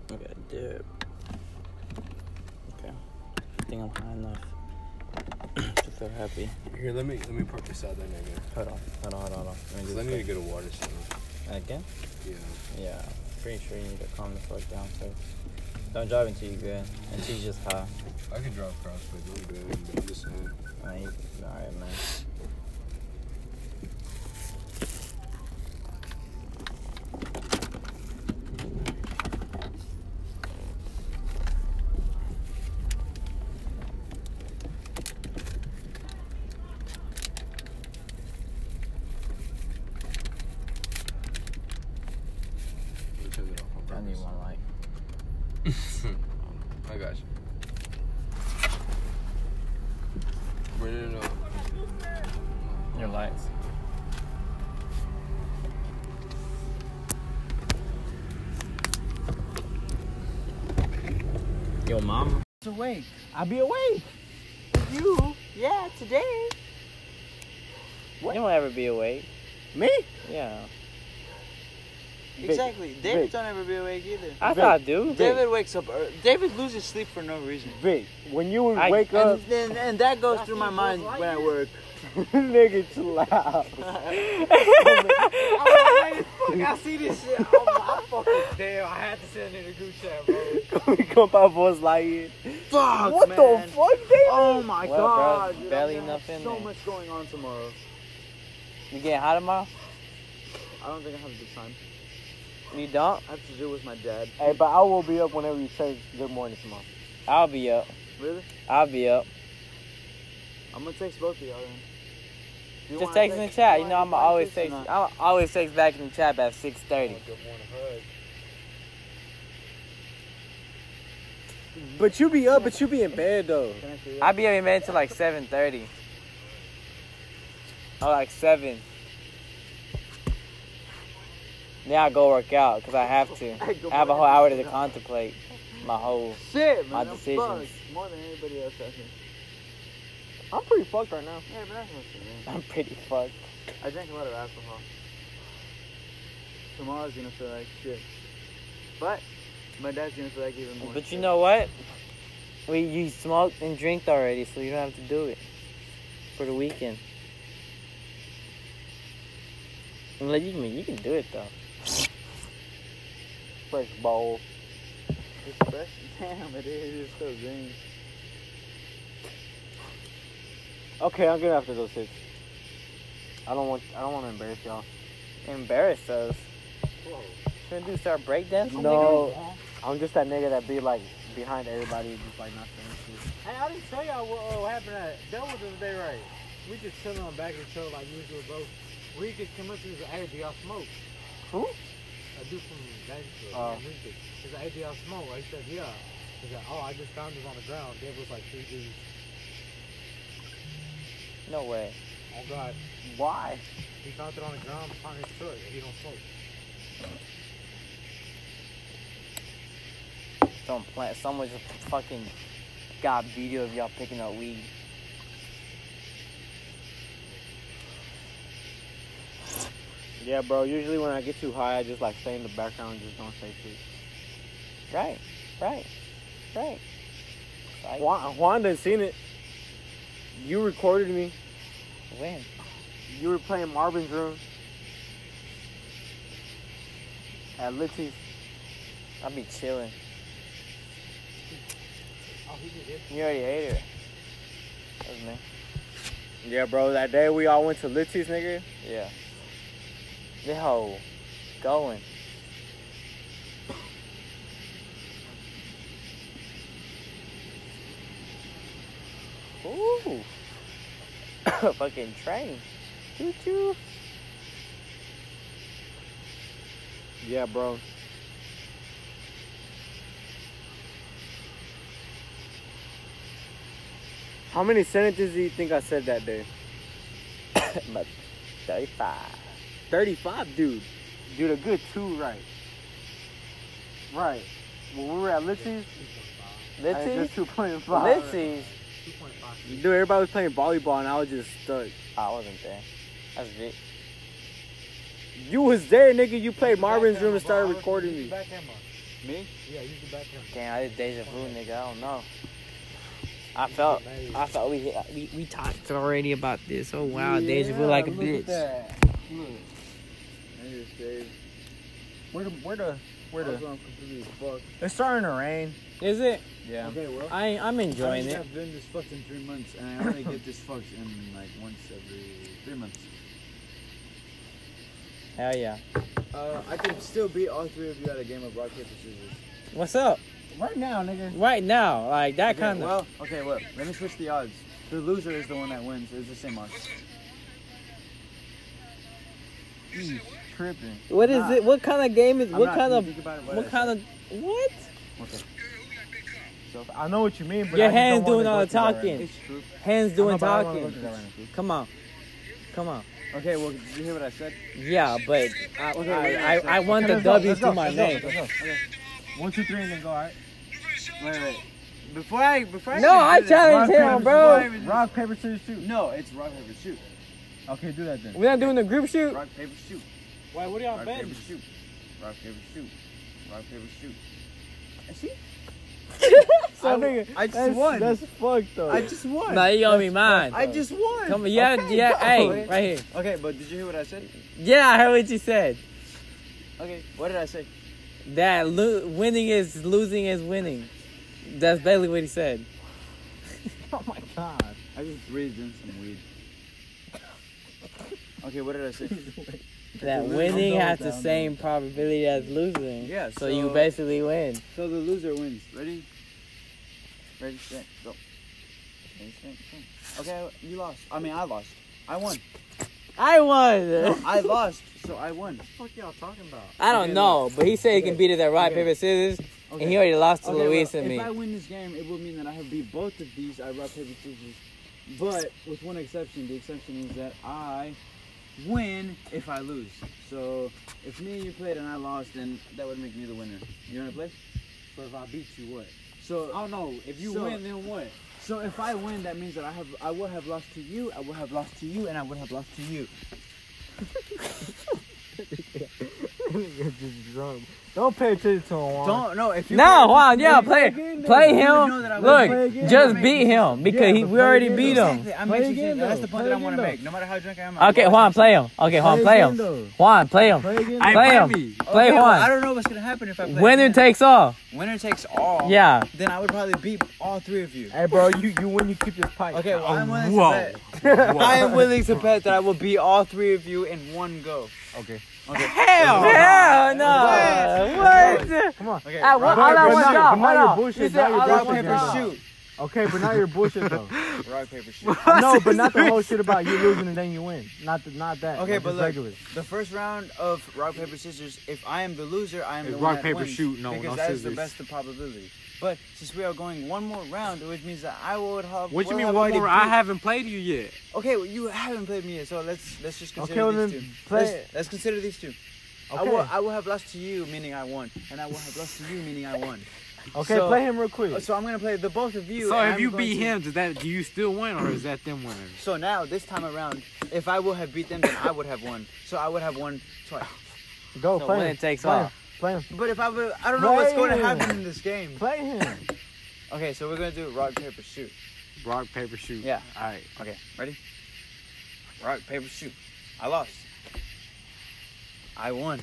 [SPEAKER 2] I got a dip. Okay. I think I'm high enough to feel happy.
[SPEAKER 1] Here, let me let me park this out there nigga.
[SPEAKER 2] Hold on. Hold on, hold on, hold on. Let me do
[SPEAKER 1] 'Cause I
[SPEAKER 2] this
[SPEAKER 1] need to
[SPEAKER 2] quick.
[SPEAKER 1] get a water soon.
[SPEAKER 2] Again?
[SPEAKER 1] Yeah.
[SPEAKER 2] Yeah. Pretty sure you need to calm the fuck down, so. Don't drive until you good. Until you just high.
[SPEAKER 1] I can drive cross, but I'm good. But I'm just uh, saying.
[SPEAKER 2] Alright, alright, man.
[SPEAKER 1] Let me turn it off on
[SPEAKER 2] I need
[SPEAKER 1] purpose.
[SPEAKER 2] one light.
[SPEAKER 1] I got you. Where did it
[SPEAKER 2] Your lights. Yo, mom.
[SPEAKER 6] awake. I'll be awake. With you? Yeah, today.
[SPEAKER 2] You won't ever be awake.
[SPEAKER 6] Me?
[SPEAKER 2] Yeah.
[SPEAKER 6] Exactly. David don't ever be awake either.
[SPEAKER 2] I thought I do.
[SPEAKER 6] David wakes up. ear- David loses sleep for no reason.
[SPEAKER 7] Vic, when you would
[SPEAKER 2] I-
[SPEAKER 7] wake up,
[SPEAKER 6] And, and, and that goes through my mind when I work.
[SPEAKER 7] nigga, chill out.
[SPEAKER 6] I see this shit. Oh my fucking damn! I had to send it in the group chat, bro.
[SPEAKER 7] we come out Buzz Lightyear.
[SPEAKER 6] Fuck,
[SPEAKER 7] what
[SPEAKER 6] man.
[SPEAKER 7] the fuck, David?
[SPEAKER 6] Oh my
[SPEAKER 2] Well, bro,
[SPEAKER 6] god! dude, I'm
[SPEAKER 2] barely
[SPEAKER 6] gonna have
[SPEAKER 2] enough in
[SPEAKER 6] So
[SPEAKER 2] there.
[SPEAKER 6] much going on tomorrow.
[SPEAKER 2] You getting high tomorrow?
[SPEAKER 3] I don't think I have a good time.
[SPEAKER 2] You don't?
[SPEAKER 3] I have to do it with my dad.
[SPEAKER 1] Hey, but I will be up whenever you say good morning tomorrow.
[SPEAKER 2] I'll be up.
[SPEAKER 3] Really?
[SPEAKER 2] I'll be up.
[SPEAKER 3] I'm gonna text both of y'all then. Do you
[SPEAKER 2] Just
[SPEAKER 3] wanna
[SPEAKER 2] text in the chat. You know I'm
[SPEAKER 3] wanna
[SPEAKER 2] always
[SPEAKER 3] or
[SPEAKER 2] text.
[SPEAKER 3] not?
[SPEAKER 2] I'm always text back in the chat at six thirty.
[SPEAKER 1] But you be up, but you be in bed though.
[SPEAKER 3] Can I see that?
[SPEAKER 2] I'll be in bed till like seven thirty. Or like seven. Then I go work out because I have to. I have a whole hour to contemplate my whole.
[SPEAKER 3] Shit, man.
[SPEAKER 2] my
[SPEAKER 3] I'm
[SPEAKER 2] decisions.
[SPEAKER 3] fucked More than anybody else out here.
[SPEAKER 1] I'm pretty fucked right now.
[SPEAKER 3] Yeah, but that's not so bad.
[SPEAKER 2] I'm pretty fucked.
[SPEAKER 3] I drank a lot of alcohol. Tomorrow's gonna feel like shit. But my dad's gonna feel like even more.
[SPEAKER 2] But you
[SPEAKER 3] shit.
[SPEAKER 2] know what? We you smoked and drinked already, so you don't have to do it for the weekend. Unless you can, you can do it though.
[SPEAKER 1] Fresh bowl.
[SPEAKER 3] It's fresh. Damn, it is. It's so green.
[SPEAKER 1] Okay, I'm gonna have to go six. I don't want. I don't want to embarrass y'all.
[SPEAKER 2] Embarrass us. Shouldn't do start breakdancing?
[SPEAKER 1] No, I'm just that nigga that be like behind everybody, and just like not saying shit.
[SPEAKER 3] Hey, I didn't tell y'all what, uh, what happened at Delaware the other day, right? We just chilling on back and chill like usual, bro. We just came up to this hey, do y'all smoke?
[SPEAKER 1] Who?
[SPEAKER 3] A dude from Bakersfield.
[SPEAKER 1] Oh.
[SPEAKER 3] man, Regis. He's like, hey, do y'all smoke? I said, yeah. He's like, oh, I just found this on the ground. There was like three dudes.
[SPEAKER 2] No way.
[SPEAKER 3] Oh, God.
[SPEAKER 1] Why?
[SPEAKER 3] He found it on the ground behind his truck. and He don't smoke.
[SPEAKER 2] Don't plan. Someone just fucking got video of y'all picking up weed.
[SPEAKER 1] Yeah, bro. Usually when I get too high, I just like stay in the background and just don't say shit.
[SPEAKER 2] Right, right, right. Like,
[SPEAKER 1] Juan, Juan done seen it. You recorded me.
[SPEAKER 2] when?
[SPEAKER 1] You were playing Marvin's room at Litsy's.
[SPEAKER 2] I'll be chilling. You already ate it. That was me.
[SPEAKER 1] Yeah, bro. That day we all went to Litsy's, nigga.
[SPEAKER 2] Yeah. Yo, going. Ooh. Fucking train. Choo choo.
[SPEAKER 1] Yeah, bro. How many sentences do you think I said that day?
[SPEAKER 2] About 35.
[SPEAKER 1] 35, dude. Dude, a good two, right? Right. When we were at Litsy's, I was
[SPEAKER 2] Litsy's?
[SPEAKER 1] just 2.5.
[SPEAKER 2] Litsy's?
[SPEAKER 1] Dude, everybody was playing volleyball and I was just stuck.
[SPEAKER 2] I wasn't there. That's Vic.
[SPEAKER 1] You was there, nigga. You played Marvin's room and started recording me.
[SPEAKER 3] Back camera.
[SPEAKER 1] Me?
[SPEAKER 3] Yeah, use the back camera.
[SPEAKER 2] Damn, I did deja vu, nigga. I don't know. I felt, I felt we, we we talked already about this. Oh wow, deja vu like a bitch.
[SPEAKER 1] Where the, where the, where
[SPEAKER 3] I was on completely fucked.
[SPEAKER 1] It's starting to rain.
[SPEAKER 2] Is it?
[SPEAKER 1] Yeah.
[SPEAKER 3] Okay, well.
[SPEAKER 2] I I'm enjoying
[SPEAKER 3] I
[SPEAKER 2] it.
[SPEAKER 3] have been this fucked in three months, and I only get this fucked in like once every three months.
[SPEAKER 2] Hell yeah.
[SPEAKER 3] Uh, I can still beat all three of you at a game of rock paper scissors.
[SPEAKER 2] What's up?
[SPEAKER 3] Right now, nigga.
[SPEAKER 2] Right now, like that
[SPEAKER 3] Okay,
[SPEAKER 2] kind of.
[SPEAKER 3] Well, okay, look. Let me switch the odds. The loser is the one that wins. It's the same odds. Mm, tripping.
[SPEAKER 2] what is
[SPEAKER 3] nah.
[SPEAKER 2] it? What kind of game is?
[SPEAKER 3] I'm
[SPEAKER 2] What
[SPEAKER 3] not
[SPEAKER 2] kind of?
[SPEAKER 3] thinking about it,
[SPEAKER 2] What kind of? What?
[SPEAKER 3] So I know what you mean, but
[SPEAKER 2] Your
[SPEAKER 3] I just don't
[SPEAKER 2] hands
[SPEAKER 3] wanna
[SPEAKER 2] doing
[SPEAKER 3] go
[SPEAKER 2] all the
[SPEAKER 3] through that right
[SPEAKER 2] talking.
[SPEAKER 3] now. It's true.
[SPEAKER 2] Hands
[SPEAKER 3] I know,
[SPEAKER 2] doing
[SPEAKER 3] but I don't wanna go
[SPEAKER 2] talking.
[SPEAKER 3] through that right now, dude.
[SPEAKER 2] Come on, come on.
[SPEAKER 3] Okay, well, did you hear what I said?
[SPEAKER 2] Yeah, but I
[SPEAKER 3] Okay, wait,
[SPEAKER 2] I, I,
[SPEAKER 3] let's
[SPEAKER 2] I
[SPEAKER 3] go.
[SPEAKER 2] want
[SPEAKER 3] Okay,
[SPEAKER 2] the
[SPEAKER 3] let's go,
[SPEAKER 2] W
[SPEAKER 3] let's
[SPEAKER 2] to
[SPEAKER 3] go,
[SPEAKER 2] my
[SPEAKER 3] let's go,
[SPEAKER 2] name.
[SPEAKER 3] let's go. Okay. One, two, three, and then go. All right. Wait, wait. Before I, before I
[SPEAKER 2] No,
[SPEAKER 3] can do
[SPEAKER 2] I
[SPEAKER 3] this-
[SPEAKER 2] challenge
[SPEAKER 3] Rock,
[SPEAKER 2] him,
[SPEAKER 3] paper,
[SPEAKER 2] bro.
[SPEAKER 3] scissors- Rock paper scissors shoot. No, it's rock paper shoot. Okay, do that then.
[SPEAKER 2] We're not doing the group shoot.
[SPEAKER 3] Rock paper shoot.
[SPEAKER 8] Wait, what are y'all
[SPEAKER 3] Rock
[SPEAKER 8] betting?
[SPEAKER 3] paper shoot. Rock paper shoot. Rock paper shoot. See?
[SPEAKER 1] So, I, nigga,
[SPEAKER 3] I just
[SPEAKER 1] that's,
[SPEAKER 3] won.
[SPEAKER 1] That's fucked though.
[SPEAKER 3] I just won.
[SPEAKER 2] Nah, you owe me mine.
[SPEAKER 3] I just won.
[SPEAKER 2] Come on, yeah,
[SPEAKER 3] Okay,
[SPEAKER 2] yeah,
[SPEAKER 3] go.
[SPEAKER 2] hey, right here.
[SPEAKER 3] Okay, but did you hear what I said?
[SPEAKER 2] Yeah, I heard what you said.
[SPEAKER 3] Okay, what did I say?
[SPEAKER 2] That lo- winning is losing is winning. That's basically what he said.
[SPEAKER 3] Oh my god. I just breathed in some weed.
[SPEAKER 7] Okay, what did I say?
[SPEAKER 2] That
[SPEAKER 7] I'm
[SPEAKER 2] winning
[SPEAKER 7] done
[SPEAKER 2] has
[SPEAKER 7] with
[SPEAKER 2] the
[SPEAKER 7] that,
[SPEAKER 2] same probability as losing.
[SPEAKER 7] Yeah,
[SPEAKER 2] So, you
[SPEAKER 7] so-
[SPEAKER 2] basically win.
[SPEAKER 7] so the loser wins. Ready? Ready, set, go. Ready, set, go. Okay, you lost. I mean, I lost. I won.
[SPEAKER 2] I won.
[SPEAKER 7] No, I lost, so I won.
[SPEAKER 6] What the fuck y'all talking about?
[SPEAKER 2] I don't
[SPEAKER 7] Okay,
[SPEAKER 2] know, but he said he can beat it at rock
[SPEAKER 7] Okay.
[SPEAKER 2] paper scissors,
[SPEAKER 7] Okay.
[SPEAKER 2] and he already lost to
[SPEAKER 7] Okay, well,
[SPEAKER 2] Luis and
[SPEAKER 7] if
[SPEAKER 2] me.
[SPEAKER 7] I win this game, it will mean that I have beat both of these I rock paper scissors, but with one exception. The exception is that I win if I lose. So if me and you played and I lost, then that would make me the winner. You wanna play?
[SPEAKER 6] But if I beat you, what?
[SPEAKER 7] So
[SPEAKER 6] I don't know. If you
[SPEAKER 7] So-
[SPEAKER 6] win, then what?
[SPEAKER 7] so if I win, that means that I have I will have lost to you, I will have lost to you, and I would have lost to you.
[SPEAKER 6] Don't pay attention to him.
[SPEAKER 7] Don't no if you
[SPEAKER 2] No, wow, yeah,
[SPEAKER 7] if you
[SPEAKER 2] play,
[SPEAKER 7] again, then
[SPEAKER 2] play
[SPEAKER 7] you
[SPEAKER 2] him.
[SPEAKER 7] know that I would play
[SPEAKER 2] Look,
[SPEAKER 7] again.
[SPEAKER 2] just
[SPEAKER 7] I
[SPEAKER 2] beat
[SPEAKER 7] mean,
[SPEAKER 2] him because he,
[SPEAKER 6] but
[SPEAKER 2] we
[SPEAKER 6] play
[SPEAKER 2] already
[SPEAKER 6] again,
[SPEAKER 2] beat
[SPEAKER 6] though.
[SPEAKER 2] him.
[SPEAKER 7] Exactly. I'm
[SPEAKER 6] Play
[SPEAKER 7] making
[SPEAKER 6] again,
[SPEAKER 7] sense. That's the
[SPEAKER 6] though. Play
[SPEAKER 7] point that I
[SPEAKER 6] again,
[SPEAKER 7] want to
[SPEAKER 6] though.
[SPEAKER 7] make. No matter how drunk I am. I
[SPEAKER 2] Okay,
[SPEAKER 7] will
[SPEAKER 2] Juan,
[SPEAKER 7] lose.
[SPEAKER 2] play him. Okay, Juan,
[SPEAKER 7] Play
[SPEAKER 2] play
[SPEAKER 7] again,
[SPEAKER 2] him.
[SPEAKER 7] though.
[SPEAKER 2] Juan, play him.
[SPEAKER 6] Play again.
[SPEAKER 7] I'm
[SPEAKER 2] Play him.
[SPEAKER 7] me.
[SPEAKER 6] Oh,
[SPEAKER 2] Play
[SPEAKER 7] well,
[SPEAKER 2] Juan.
[SPEAKER 7] I don't know what's gonna happen if I play.
[SPEAKER 2] Winner
[SPEAKER 7] again.
[SPEAKER 2] takes all.
[SPEAKER 7] Winner takes all.
[SPEAKER 2] Yeah.
[SPEAKER 7] Then I would probably beat all three of you.
[SPEAKER 6] Hey, bro, you, you win, you keep your pipe.
[SPEAKER 7] Okay. Well, I'm willing
[SPEAKER 3] whoa.
[SPEAKER 7] to bet. I am willing to bet that I will beat all three of you in one go. Okay. Okay. Hell.
[SPEAKER 2] Hell no. What?
[SPEAKER 6] Come on.
[SPEAKER 7] Okay.
[SPEAKER 2] I
[SPEAKER 7] rock,
[SPEAKER 2] want all I
[SPEAKER 6] but
[SPEAKER 2] want
[SPEAKER 6] now- but now
[SPEAKER 2] y'all. Hold
[SPEAKER 6] you're
[SPEAKER 2] on.
[SPEAKER 6] bullshit.
[SPEAKER 2] You said
[SPEAKER 6] Now you're
[SPEAKER 2] all I
[SPEAKER 7] rock
[SPEAKER 2] want
[SPEAKER 6] bullshit.
[SPEAKER 7] paper
[SPEAKER 2] y'all.
[SPEAKER 7] shoot.
[SPEAKER 6] Okay, but now you're bullshit though.
[SPEAKER 7] Rock paper shoot.
[SPEAKER 6] no, but not the whole shit about you losing and then you win. Not the, not that.
[SPEAKER 7] Okay,
[SPEAKER 6] like,
[SPEAKER 7] but
[SPEAKER 6] just
[SPEAKER 7] look.
[SPEAKER 6] regular.
[SPEAKER 7] The first round of rock paper scissors. If I am the loser, I am
[SPEAKER 5] It's
[SPEAKER 7] the
[SPEAKER 5] rock,
[SPEAKER 7] one that
[SPEAKER 5] paper,
[SPEAKER 7] wins,
[SPEAKER 5] shoot, no,
[SPEAKER 7] because
[SPEAKER 5] no
[SPEAKER 7] that is
[SPEAKER 5] scissors.
[SPEAKER 7] the best of probability. But since we are going one more round, which means that I would have.
[SPEAKER 5] What you
[SPEAKER 7] will
[SPEAKER 5] mean
[SPEAKER 7] have
[SPEAKER 5] one
[SPEAKER 7] already
[SPEAKER 5] more? I
[SPEAKER 7] beat-
[SPEAKER 5] haven't played you yet.
[SPEAKER 7] Okay, well, you haven't played me yet, so let's let's just consider
[SPEAKER 6] Okay, well,
[SPEAKER 7] these
[SPEAKER 6] then
[SPEAKER 7] two.
[SPEAKER 6] play it.
[SPEAKER 7] Let's, let's consider these two. I
[SPEAKER 6] Okay.
[SPEAKER 7] will I will have lost to you, meaning I won, and I will have lost to you, meaning I won.
[SPEAKER 6] Okay,
[SPEAKER 7] So-
[SPEAKER 6] play him real quick.
[SPEAKER 7] Uh, So I'm gonna play the both of you.
[SPEAKER 3] So
[SPEAKER 7] and
[SPEAKER 3] if
[SPEAKER 7] I'm
[SPEAKER 3] you
[SPEAKER 7] going
[SPEAKER 3] beat
[SPEAKER 7] to-
[SPEAKER 3] him, does that do you still win or is that them winning?
[SPEAKER 7] so now this time around, if I will have beat them, then I would have won. So I would have won twice.
[SPEAKER 6] Go,
[SPEAKER 2] So
[SPEAKER 6] play
[SPEAKER 2] winner
[SPEAKER 6] him.
[SPEAKER 2] takes
[SPEAKER 6] play
[SPEAKER 2] all.
[SPEAKER 6] him. Play him.
[SPEAKER 7] But if I will, I don't know what's going to happen
[SPEAKER 6] Right.
[SPEAKER 7] in this game.
[SPEAKER 6] Play him.
[SPEAKER 7] Okay, so we're gonna do rock paper shoot.
[SPEAKER 5] Rock, paper, shoot.
[SPEAKER 7] Yeah.
[SPEAKER 5] All right.
[SPEAKER 7] Okay, ready? Rock paper shoot. I lost. I won.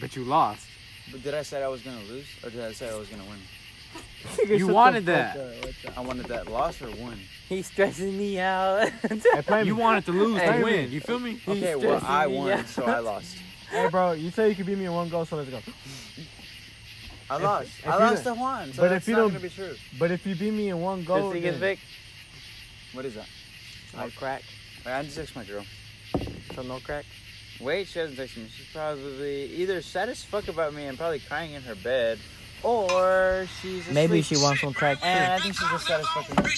[SPEAKER 5] But you lost.
[SPEAKER 7] But did I say I was gonna lose, or did I say I was gonna win?
[SPEAKER 5] You wanted that.
[SPEAKER 7] I wanted that loss or win.
[SPEAKER 2] He's stressing me out.
[SPEAKER 6] Hey, play
[SPEAKER 5] You
[SPEAKER 6] him.
[SPEAKER 5] wanted to lose
[SPEAKER 2] Hey.
[SPEAKER 5] to win. You feel me?
[SPEAKER 7] Okay, well
[SPEAKER 2] stressing
[SPEAKER 7] I
[SPEAKER 2] me
[SPEAKER 7] won,
[SPEAKER 2] out.
[SPEAKER 7] so I lost.
[SPEAKER 6] Hey, bro, you say you could beat me in one go, so let's go.
[SPEAKER 7] I lost.
[SPEAKER 6] if
[SPEAKER 7] I
[SPEAKER 6] you
[SPEAKER 7] lost
[SPEAKER 6] don't-
[SPEAKER 7] to Juan, so
[SPEAKER 6] but
[SPEAKER 7] that's
[SPEAKER 6] if you
[SPEAKER 7] not
[SPEAKER 6] don't-
[SPEAKER 7] gonna be true.
[SPEAKER 6] But if you beat me in one
[SPEAKER 2] Does
[SPEAKER 6] go,
[SPEAKER 2] he
[SPEAKER 6] then,
[SPEAKER 2] get Vic?
[SPEAKER 7] What is that?
[SPEAKER 2] No crack.
[SPEAKER 7] Wait, I just texted my girl.
[SPEAKER 2] So no crack.
[SPEAKER 7] Wait, she hasn't texted me. She's probably either sad as fuck about me and probably crying in her bed, or she's asleep.
[SPEAKER 2] Maybe she wants some crack
[SPEAKER 7] And
[SPEAKER 2] too.
[SPEAKER 7] I think she's just sad as fuck about me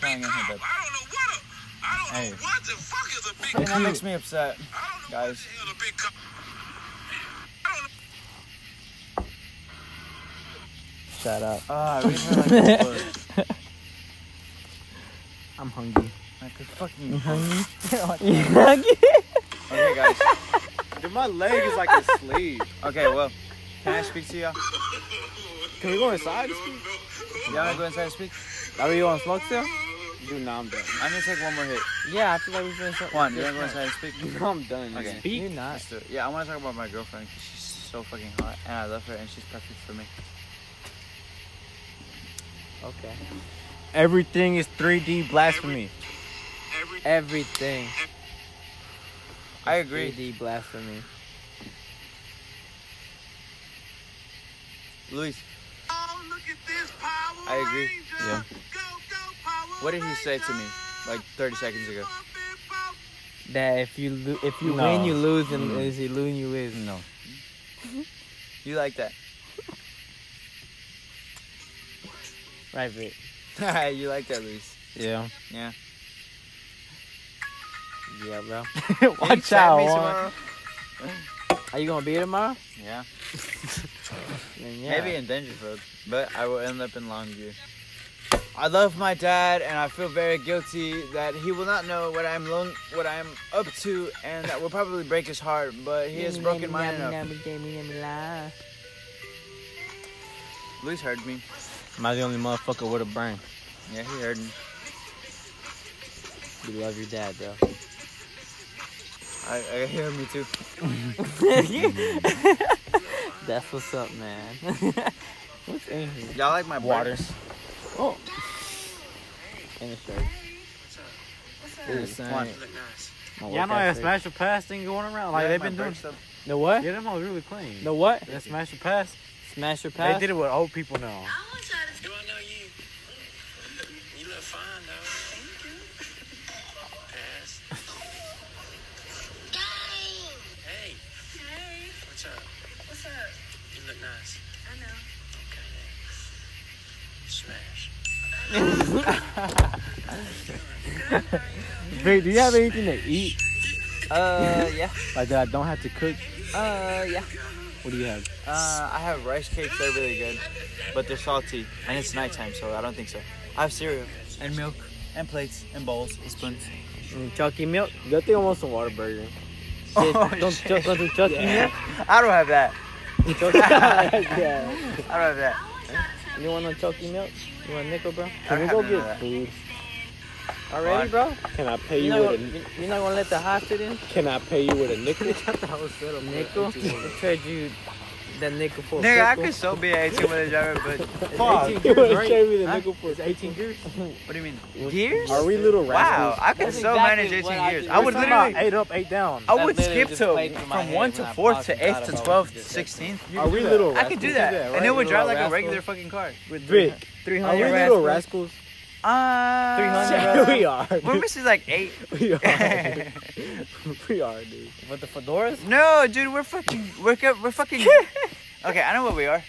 [SPEAKER 7] crying in her bed.
[SPEAKER 9] I don't know what a, I don't
[SPEAKER 7] Hey.
[SPEAKER 9] know what the fuck is a
[SPEAKER 7] And
[SPEAKER 9] big
[SPEAKER 7] that makes me upset.
[SPEAKER 9] I don't know
[SPEAKER 7] Guys.
[SPEAKER 9] what the hell a big cup.
[SPEAKER 2] Shut up.
[SPEAKER 7] Ah, I read her like this book.
[SPEAKER 6] I'm hungry.
[SPEAKER 7] I could fucking hungry.
[SPEAKER 2] Wait,
[SPEAKER 7] Okay, guys. Dude, my leg is like asleep. Okay, well, can I speak to y'all? Can we go inside and speak? Y'all wanna go inside and speak?
[SPEAKER 2] are you on smoke still?
[SPEAKER 7] Dude, nah, I'm done. I'm gonna take one more hit.
[SPEAKER 2] Yeah, I feel like we finished up.
[SPEAKER 7] Juan, you wanna go inside and speak? No, I'm done. Okay.
[SPEAKER 2] You're not.
[SPEAKER 7] Let's do it. Yeah, I wanna talk about my girlfriend 'cause she's so fucking hot and I love her and she's perfect for me.
[SPEAKER 2] Okay.
[SPEAKER 7] Everything is 3D blasphemy.
[SPEAKER 2] Everything.
[SPEAKER 7] I agree.
[SPEAKER 2] 3D blasphemy.
[SPEAKER 7] Luis,
[SPEAKER 9] Oh, look at this Power
[SPEAKER 7] I agree.
[SPEAKER 9] Ranger.
[SPEAKER 7] Yeah.
[SPEAKER 9] Go, go, Power
[SPEAKER 7] what did he say to me
[SPEAKER 9] Ranger.
[SPEAKER 7] like 30 seconds ago?
[SPEAKER 2] That if you lo- if you
[SPEAKER 7] No.
[SPEAKER 2] win you lose and if you lose you win. No.
[SPEAKER 7] You like that?
[SPEAKER 2] Right, Vic.
[SPEAKER 7] you like that, Luis?
[SPEAKER 2] Yeah.
[SPEAKER 7] Yeah.
[SPEAKER 2] Yeah, bro.
[SPEAKER 7] Can you
[SPEAKER 2] Watch
[SPEAKER 7] chat
[SPEAKER 2] out,
[SPEAKER 7] me
[SPEAKER 2] Juan.
[SPEAKER 7] tomorrow?
[SPEAKER 2] Are you gonna be here tomorrow?
[SPEAKER 7] Yeah.
[SPEAKER 2] Then yeah.
[SPEAKER 7] Maybe in Dangerfield, but I will end up in Longview. I love my dad, and I feel very guilty that he will not know what I'm lo- what I'm up to, and that will probably break his heart. But he has broken mine enough. Luis heard me.
[SPEAKER 2] Am I the only motherfucker with a brain?
[SPEAKER 7] Yeah, he heard me.
[SPEAKER 2] You love your dad, bro.
[SPEAKER 7] I, I hear me too.
[SPEAKER 2] That's what's up, man. what's in here?
[SPEAKER 7] Y'all like my waters?
[SPEAKER 2] In the shirt.
[SPEAKER 7] One.
[SPEAKER 9] Look nice.
[SPEAKER 2] My
[SPEAKER 6] Yeah, I know
[SPEAKER 2] workout
[SPEAKER 6] that
[SPEAKER 2] shirts.
[SPEAKER 6] smash and pass thing going around. Like
[SPEAKER 7] Yeah,
[SPEAKER 6] they've
[SPEAKER 7] my
[SPEAKER 6] been doing.
[SPEAKER 7] break stuff.
[SPEAKER 2] The what?
[SPEAKER 6] Yeah, them all really clean.
[SPEAKER 2] The what?
[SPEAKER 6] that smash and pass.
[SPEAKER 2] Smash your
[SPEAKER 6] They
[SPEAKER 2] pass.
[SPEAKER 6] did it with old people now.
[SPEAKER 9] Do I know you? You look fine though. Thank you. Pass. Hey. Hey. What's up? What's up? You look nice. I know. Okay. Smash.
[SPEAKER 2] Babe, do you have anything to eat?
[SPEAKER 7] Uh, yeah.
[SPEAKER 2] Like that I don't have to cook?
[SPEAKER 7] Uh, yeah.
[SPEAKER 2] What do you have?
[SPEAKER 7] Uh, I have rice cakes. They're really good, but they're salty, and it's nighttime, so I don't think so. I have cereal and milk and plates and bowls and spoons.
[SPEAKER 4] Chucky milk. Good thing I want some water burger. don't Chuck, want some Chucky milk?
[SPEAKER 7] I don't have that.
[SPEAKER 4] Chucky, yeah.
[SPEAKER 7] I don't have that.
[SPEAKER 4] You want no Chucky milk? You want nickel, bro?
[SPEAKER 7] I
[SPEAKER 4] Can we
[SPEAKER 7] have
[SPEAKER 4] go
[SPEAKER 7] none of
[SPEAKER 4] get
[SPEAKER 7] that.
[SPEAKER 4] food already, bro?
[SPEAKER 3] Can I pay
[SPEAKER 4] You
[SPEAKER 3] you
[SPEAKER 4] not
[SPEAKER 3] with
[SPEAKER 4] gonna, you- you're not gonna let the high fit in?
[SPEAKER 3] a Can I pay you with a nickel?
[SPEAKER 4] Nickel? They trade you that nickel for a
[SPEAKER 7] Nigga, I
[SPEAKER 4] pickle.
[SPEAKER 7] could so be an 18 wheeler driver, but
[SPEAKER 4] Fuck.
[SPEAKER 3] You wanna trade me the
[SPEAKER 7] Huh?
[SPEAKER 3] nickel for a pickle?
[SPEAKER 7] what do you mean? Gears?
[SPEAKER 3] Are we little
[SPEAKER 7] Wow,
[SPEAKER 3] rascals?
[SPEAKER 7] I could
[SPEAKER 4] That's
[SPEAKER 7] so
[SPEAKER 4] exactly
[SPEAKER 7] manage 18
[SPEAKER 4] what I
[SPEAKER 7] years.
[SPEAKER 4] did.
[SPEAKER 7] I would
[SPEAKER 4] We're talking
[SPEAKER 7] literally,
[SPEAKER 6] Eight up, eight down.
[SPEAKER 7] I would
[SPEAKER 2] That literally
[SPEAKER 7] skip
[SPEAKER 2] just
[SPEAKER 7] to
[SPEAKER 2] played through my
[SPEAKER 7] from
[SPEAKER 2] head
[SPEAKER 7] one
[SPEAKER 2] when
[SPEAKER 7] to
[SPEAKER 2] I
[SPEAKER 7] fourth
[SPEAKER 2] paused
[SPEAKER 7] to
[SPEAKER 2] and thought
[SPEAKER 7] eighth to
[SPEAKER 2] about what
[SPEAKER 7] twelfth
[SPEAKER 2] you
[SPEAKER 7] to
[SPEAKER 2] just
[SPEAKER 7] sixteenth.
[SPEAKER 6] Are we little
[SPEAKER 7] I
[SPEAKER 6] rascals?
[SPEAKER 7] could do that, and it would drive like a regular fucking car.
[SPEAKER 2] With
[SPEAKER 3] Vic, are
[SPEAKER 2] 300
[SPEAKER 3] we little rascals?
[SPEAKER 7] Uh,
[SPEAKER 2] 300,
[SPEAKER 3] we are.
[SPEAKER 7] We're missing like eight.
[SPEAKER 3] We are. dude. we are, dude.
[SPEAKER 2] With the fedoras?
[SPEAKER 7] No, dude, we're fucking, we're go- we're fucking. Okay, I know what we are,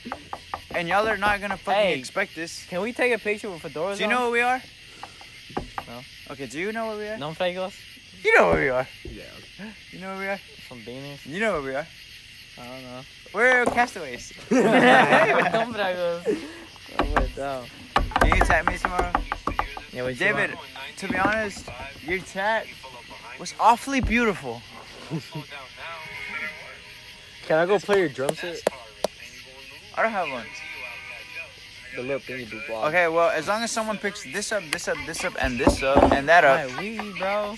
[SPEAKER 7] and y'all are not gonna fucking
[SPEAKER 2] Hey.
[SPEAKER 7] expect this.
[SPEAKER 2] Can we take a picture with fedoras
[SPEAKER 7] Do you know what we are? No. Okay, do you know what we are?
[SPEAKER 2] No fagos?
[SPEAKER 7] You know what we are.
[SPEAKER 3] Yeah.
[SPEAKER 7] You know what we are.
[SPEAKER 2] From beanies?
[SPEAKER 7] You know what we are.
[SPEAKER 2] I don't know.
[SPEAKER 7] We're castaways.
[SPEAKER 2] No fagos. I went down.
[SPEAKER 7] Can you tap me tomorrow?
[SPEAKER 2] Yeah, wait, you
[SPEAKER 7] David,
[SPEAKER 2] want-
[SPEAKER 7] to be honest, your tat was awfully beautiful.
[SPEAKER 4] Can I go play your drum set?
[SPEAKER 7] I don't have one.
[SPEAKER 4] The little thingy boop ball.
[SPEAKER 7] Okay, well, as long as someone picks this up, this up, this up, and this up, and that up.
[SPEAKER 2] My weed, bro.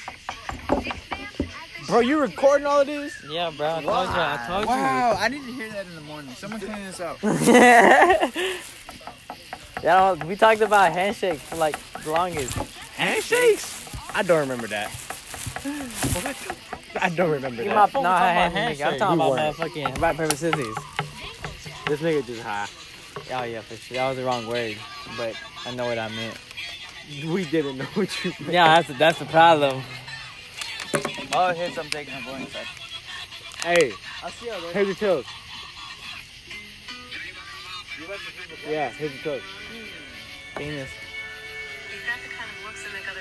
[SPEAKER 3] Bro, you recording all of this?
[SPEAKER 2] Yeah, bro. I told you. I told you.
[SPEAKER 7] Wow, I need to hear that in the morning. Someone clean this up.
[SPEAKER 2] Yeah, we talked about handshake for like the longest.
[SPEAKER 3] Handshakes? I don't remember that. I don't remember
[SPEAKER 2] You
[SPEAKER 3] that.
[SPEAKER 2] might- nah, hand- I'm talking about my fucking rock, paper, scissors.
[SPEAKER 3] This nigga just high.
[SPEAKER 2] Oh, yeah, for sure. That was the wrong word, but I know what I meant.
[SPEAKER 3] We didn't know what you meant.
[SPEAKER 2] Yeah, that's, that's the problem.
[SPEAKER 7] Oh, hits, I'm taking a going inside.
[SPEAKER 3] Hey,
[SPEAKER 2] I'll see you later.
[SPEAKER 3] here's your toes. Yeah, here's your toes.
[SPEAKER 2] Penis.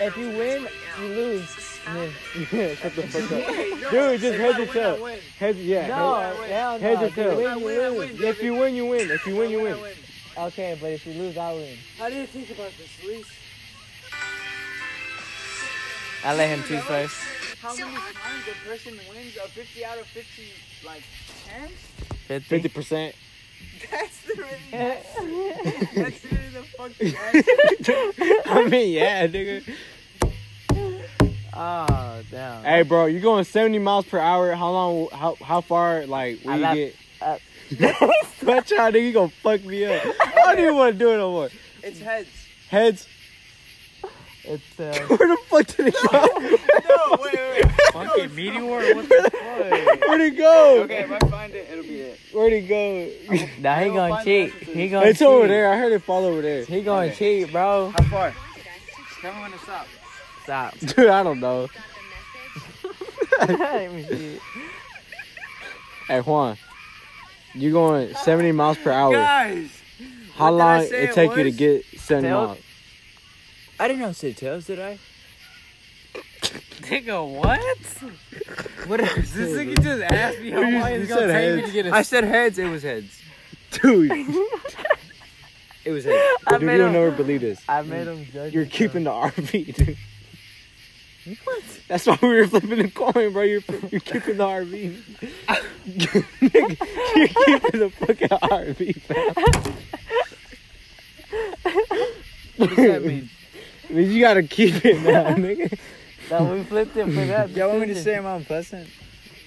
[SPEAKER 3] If you win, you lose. Yeah, shut the fuck up. Dude, just head your tail. Head, yeah.
[SPEAKER 2] No, Oh, hell
[SPEAKER 3] head, head
[SPEAKER 2] no.
[SPEAKER 3] your tail. if you win, you win. If you win, you win.
[SPEAKER 2] Okay, but if you lose, I win.
[SPEAKER 6] How do you think about this, Reese?
[SPEAKER 2] I let him choose first.
[SPEAKER 7] How many times a person wins a 50 out of 50, like, chance?
[SPEAKER 2] 50?
[SPEAKER 3] percent.
[SPEAKER 7] That's the really, that's really the fucking
[SPEAKER 3] I mean, yeah, nigga.
[SPEAKER 2] Oh, damn.
[SPEAKER 3] Hey, bro, you going 70 miles per hour. How long? How how far? Like,
[SPEAKER 2] I
[SPEAKER 3] will
[SPEAKER 2] left-
[SPEAKER 3] you
[SPEAKER 2] up.
[SPEAKER 3] get? Stretch out, nigga. You gonna fuck me up. I don't even want to do it no more.
[SPEAKER 7] It's heads.
[SPEAKER 3] Heads.
[SPEAKER 2] It's, uh,
[SPEAKER 3] Where the fuck did it go?
[SPEAKER 7] No, wait, wait, wait.
[SPEAKER 6] Fucking meteor? What the fuck?
[SPEAKER 3] Where'd it go?
[SPEAKER 7] Okay, if I find it, it'll be it.
[SPEAKER 3] Where'd it go?
[SPEAKER 2] nah, he
[SPEAKER 7] We'll
[SPEAKER 2] gonna
[SPEAKER 7] find the
[SPEAKER 2] cheat.
[SPEAKER 7] messages.
[SPEAKER 2] He gonna
[SPEAKER 3] It's
[SPEAKER 2] cheat.
[SPEAKER 3] over there. I heard it fall over there.
[SPEAKER 2] He gonna cheat, bro.
[SPEAKER 7] How far? Tell me when to stop.
[SPEAKER 2] Stop.
[SPEAKER 3] Dude, I don't know.
[SPEAKER 2] Let me see.
[SPEAKER 3] Hey Juan, you going 70 miles per hour?
[SPEAKER 7] Guys!
[SPEAKER 3] How
[SPEAKER 7] what did I
[SPEAKER 3] long
[SPEAKER 7] say
[SPEAKER 3] it
[SPEAKER 7] it
[SPEAKER 3] take you to
[SPEAKER 7] was?
[SPEAKER 3] get 70
[SPEAKER 2] Tell-
[SPEAKER 3] miles?
[SPEAKER 7] I didn't know say tails, did I?
[SPEAKER 2] Nigga, what?
[SPEAKER 7] What is this nigga just asked me how
[SPEAKER 3] You-
[SPEAKER 7] long
[SPEAKER 3] you
[SPEAKER 7] it's
[SPEAKER 3] said
[SPEAKER 7] gonna take me
[SPEAKER 3] heads.
[SPEAKER 7] to get a I said heads, it was heads.
[SPEAKER 3] Dude,
[SPEAKER 7] It was heads.
[SPEAKER 2] I
[SPEAKER 3] dude you'll
[SPEAKER 2] made him.
[SPEAKER 3] never believe this.
[SPEAKER 2] I made him judge.
[SPEAKER 3] You're keeping the RV, dude. What? That's why we were flipping the coin, bro. You're, you're keeping the RV. Nigga, you're keeping the fucking RV, fam.
[SPEAKER 7] What does that mean?
[SPEAKER 3] I mean, you gotta keep it now, nigga.
[SPEAKER 2] No, we flipped him for that.
[SPEAKER 7] Y'all want me to
[SPEAKER 2] decision.
[SPEAKER 7] say I'm unpleasant?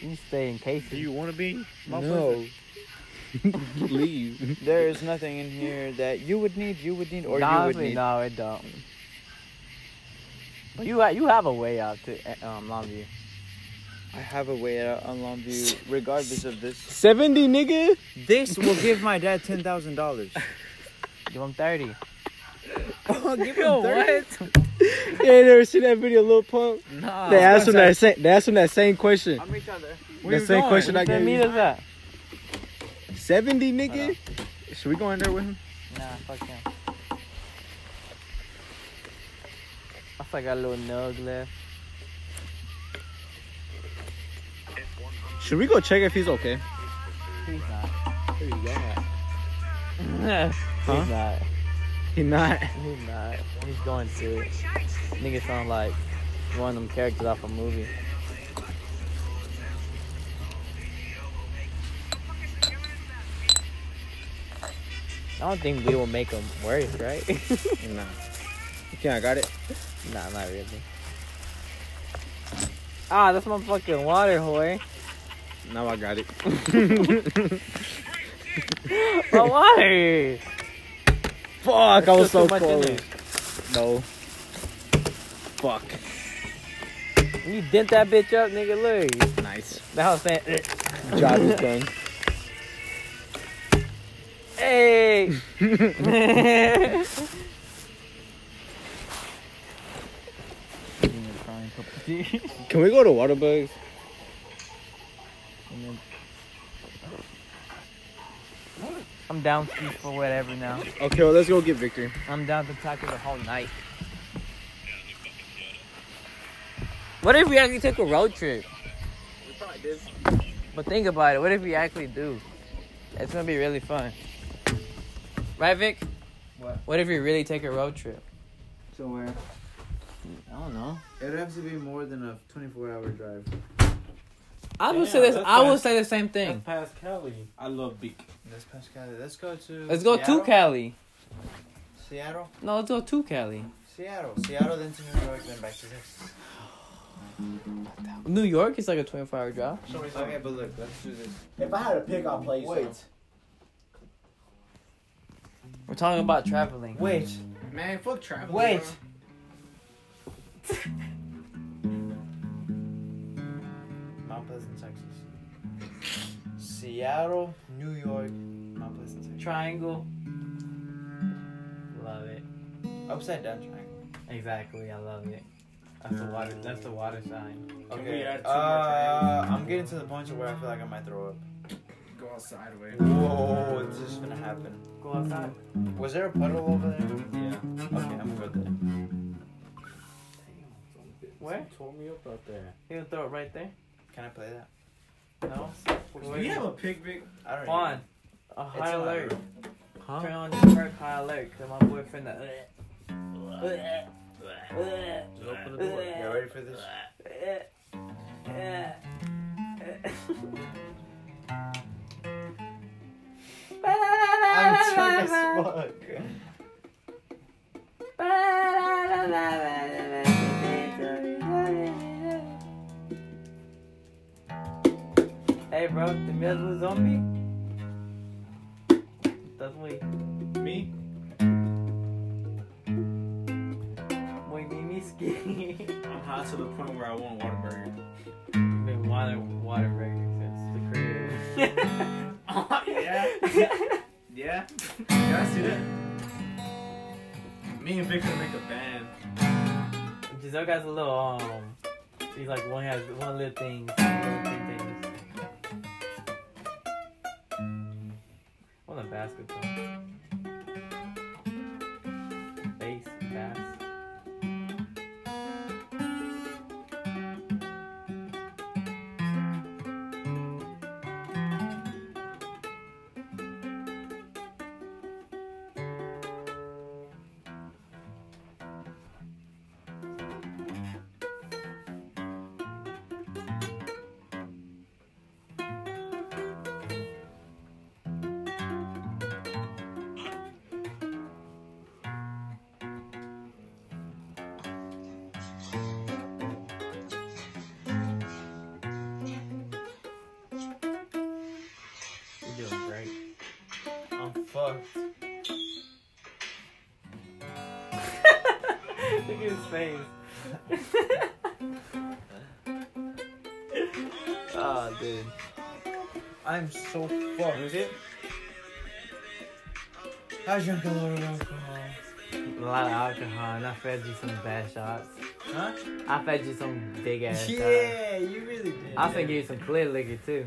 [SPEAKER 2] You stay in case.
[SPEAKER 6] Do you want to be?
[SPEAKER 7] No.
[SPEAKER 3] Leave.
[SPEAKER 7] There is nothing in here that you would need, you would need, or
[SPEAKER 2] nah,
[SPEAKER 7] you would
[SPEAKER 2] I mean,
[SPEAKER 7] need.
[SPEAKER 2] No, it don't. But you ha- you have a way out to uh, eh, um Longview.
[SPEAKER 7] I have a way out on Longview, regardless of this.
[SPEAKER 5] 70, nigga?
[SPEAKER 7] This will give my dad ten thousand dollars.
[SPEAKER 2] Give him 30.
[SPEAKER 7] Oh, give him thirty.
[SPEAKER 5] You ain't never seen that video, Lil Pump?
[SPEAKER 2] Nah.
[SPEAKER 5] They asked him that same, they asked him that same question.
[SPEAKER 7] I'm each other.
[SPEAKER 5] The same question I
[SPEAKER 2] What
[SPEAKER 5] gave
[SPEAKER 2] meat
[SPEAKER 5] you.
[SPEAKER 2] is that?
[SPEAKER 5] 70, nigga? Should we go in there with him?
[SPEAKER 2] Nah, fuck him. I still got a little nug left.
[SPEAKER 5] Should we go check if he's okay?
[SPEAKER 2] He's not. He's not.
[SPEAKER 5] Huh?
[SPEAKER 2] He's not.
[SPEAKER 5] He not.
[SPEAKER 2] He's not. He's going to. Nigga sound like one of them characters off a movie. I don't think we will make him worse, right?
[SPEAKER 5] Nah. Okay, I got it.
[SPEAKER 2] nah, not really. Ah, that's my fucking water, hoy.
[SPEAKER 5] Now I got it.
[SPEAKER 2] My water.
[SPEAKER 5] Fuck, I was
[SPEAKER 2] There's
[SPEAKER 5] so
[SPEAKER 2] too much in
[SPEAKER 5] close. No. Fuck.
[SPEAKER 2] there. You dent that bitch up, nigga. Look,
[SPEAKER 5] Nice.
[SPEAKER 2] that was saying, "Eh,
[SPEAKER 5] Job is done.
[SPEAKER 2] hey.
[SPEAKER 5] Can we go to Waterbugs?
[SPEAKER 2] I'm down for whatever now.
[SPEAKER 5] Okay, well, let's go get Victor.
[SPEAKER 2] I'm down to tackle the whole night. What if we actually took a road trip? But think about it. What if we actually do? It's gonna be really fun, right, Vic?
[SPEAKER 7] What?
[SPEAKER 2] What if we really take a road trip?
[SPEAKER 7] So where?
[SPEAKER 2] I don't know.
[SPEAKER 7] It would have to be more than a 24-hour drive.
[SPEAKER 2] I will
[SPEAKER 5] Yeah,
[SPEAKER 2] say this.
[SPEAKER 5] that's
[SPEAKER 2] I will
[SPEAKER 5] fast.
[SPEAKER 2] say the same thing.
[SPEAKER 5] past Cali. I love Beak.
[SPEAKER 7] Let's pass Cali. Let's go to.
[SPEAKER 2] Let's go to Cali.
[SPEAKER 7] Seattle.
[SPEAKER 2] No, let's go to Cali.
[SPEAKER 7] Seattle. Seattle, then to New York, then back to Texas.
[SPEAKER 2] New York is like a 24-hour drive.
[SPEAKER 7] Okay, but look, let's do this.
[SPEAKER 10] If I had a pick, I'll play you.
[SPEAKER 7] Wait,
[SPEAKER 2] We're talking about traveling.
[SPEAKER 7] wait,
[SPEAKER 10] Man, fuck travel.
[SPEAKER 7] wait. Mount Pleasant, Texas. Seattle, New York, Mount Pleasant, Texas.
[SPEAKER 2] Triangle. Love it.
[SPEAKER 7] Upside down triangle.
[SPEAKER 2] Exactly, I love it. That's the water. That's the water sign.
[SPEAKER 10] Can
[SPEAKER 7] Okay.
[SPEAKER 10] we add two more
[SPEAKER 7] uh,
[SPEAKER 10] triangles?
[SPEAKER 7] I'm getting to the point to where I feel like I might throw up.
[SPEAKER 10] Go sideways.
[SPEAKER 7] Whoa, this is gonna happen.
[SPEAKER 2] Go outside.
[SPEAKER 7] Was there a puddle over there?
[SPEAKER 10] Yeah.
[SPEAKER 7] Okay, I'm good there.
[SPEAKER 2] Where?
[SPEAKER 10] Tore me up out there.
[SPEAKER 2] You gonna throw it right there?
[SPEAKER 7] Can I play that?
[SPEAKER 2] No.
[SPEAKER 10] Do you have a pick, Vic?
[SPEAKER 7] I don't
[SPEAKER 2] Juan,
[SPEAKER 7] even-
[SPEAKER 2] a
[SPEAKER 7] It's
[SPEAKER 2] high
[SPEAKER 7] in my
[SPEAKER 2] alert.
[SPEAKER 7] room.
[SPEAKER 2] Turn on your perk high alert, cause my boyfriend. uh, That...
[SPEAKER 10] Just open the door.
[SPEAKER 7] You ready for this? I'm drunk as fuck.
[SPEAKER 2] Hey bro, the middle is on me. That's we.
[SPEAKER 7] Me?
[SPEAKER 2] Muy mimi skinny.
[SPEAKER 7] I'm hot to the point where I want Whataburger.
[SPEAKER 2] Been water water burger since the crib.
[SPEAKER 7] Yeah. Yeah? Yeah, I see that. Me and Victor make a band.
[SPEAKER 2] Giselle got a little um she's like one has one little thing, little three things. What a basketball. Base pass. You're doing great.
[SPEAKER 7] I'm fucked.
[SPEAKER 2] Look at his face. God, dude. I'm so fucked.
[SPEAKER 7] Use it. I drank a lot of alcohol.
[SPEAKER 2] A lot of alcohol, and I fed you some bad shots.
[SPEAKER 7] Huh?
[SPEAKER 2] I fed you some big ass shots.
[SPEAKER 7] Yeah, you really did.
[SPEAKER 2] I finna give you some clear liquor too.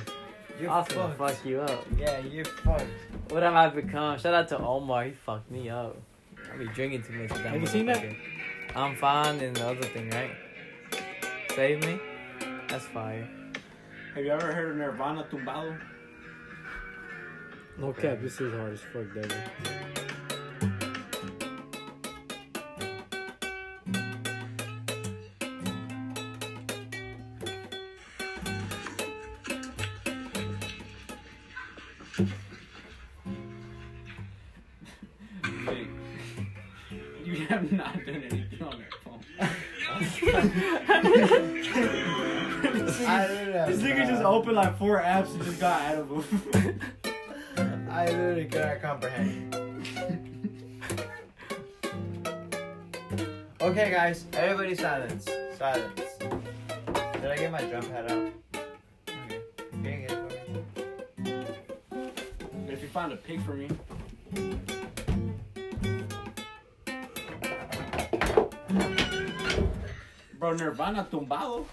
[SPEAKER 7] You're
[SPEAKER 2] I was
[SPEAKER 7] fucked.
[SPEAKER 2] gonna fuck you up.
[SPEAKER 7] Yeah, you're fucked.
[SPEAKER 2] What have I become? Shout out to Omar, he fucked me up. I be drinking too much. with
[SPEAKER 3] Have you seen that?
[SPEAKER 2] motherfucker. I'm fine and the other thing, right? Save me? That's fire.
[SPEAKER 10] Have you ever heard of Nirvana Tumbado?
[SPEAKER 3] No cap, this is hard as fuck, Devin.
[SPEAKER 10] Wait. You have not done anything on your phone.
[SPEAKER 7] I literally have
[SPEAKER 10] This nigga just
[SPEAKER 7] no-
[SPEAKER 10] opened like four apps and just got out of them.
[SPEAKER 7] I literally cannot comprehend. okay, guys, everybody silence. Silence. Did I get my jump head out? Okay. Can you get it for me?
[SPEAKER 10] if you find a pig for me, bro, Nirvana Tumbado.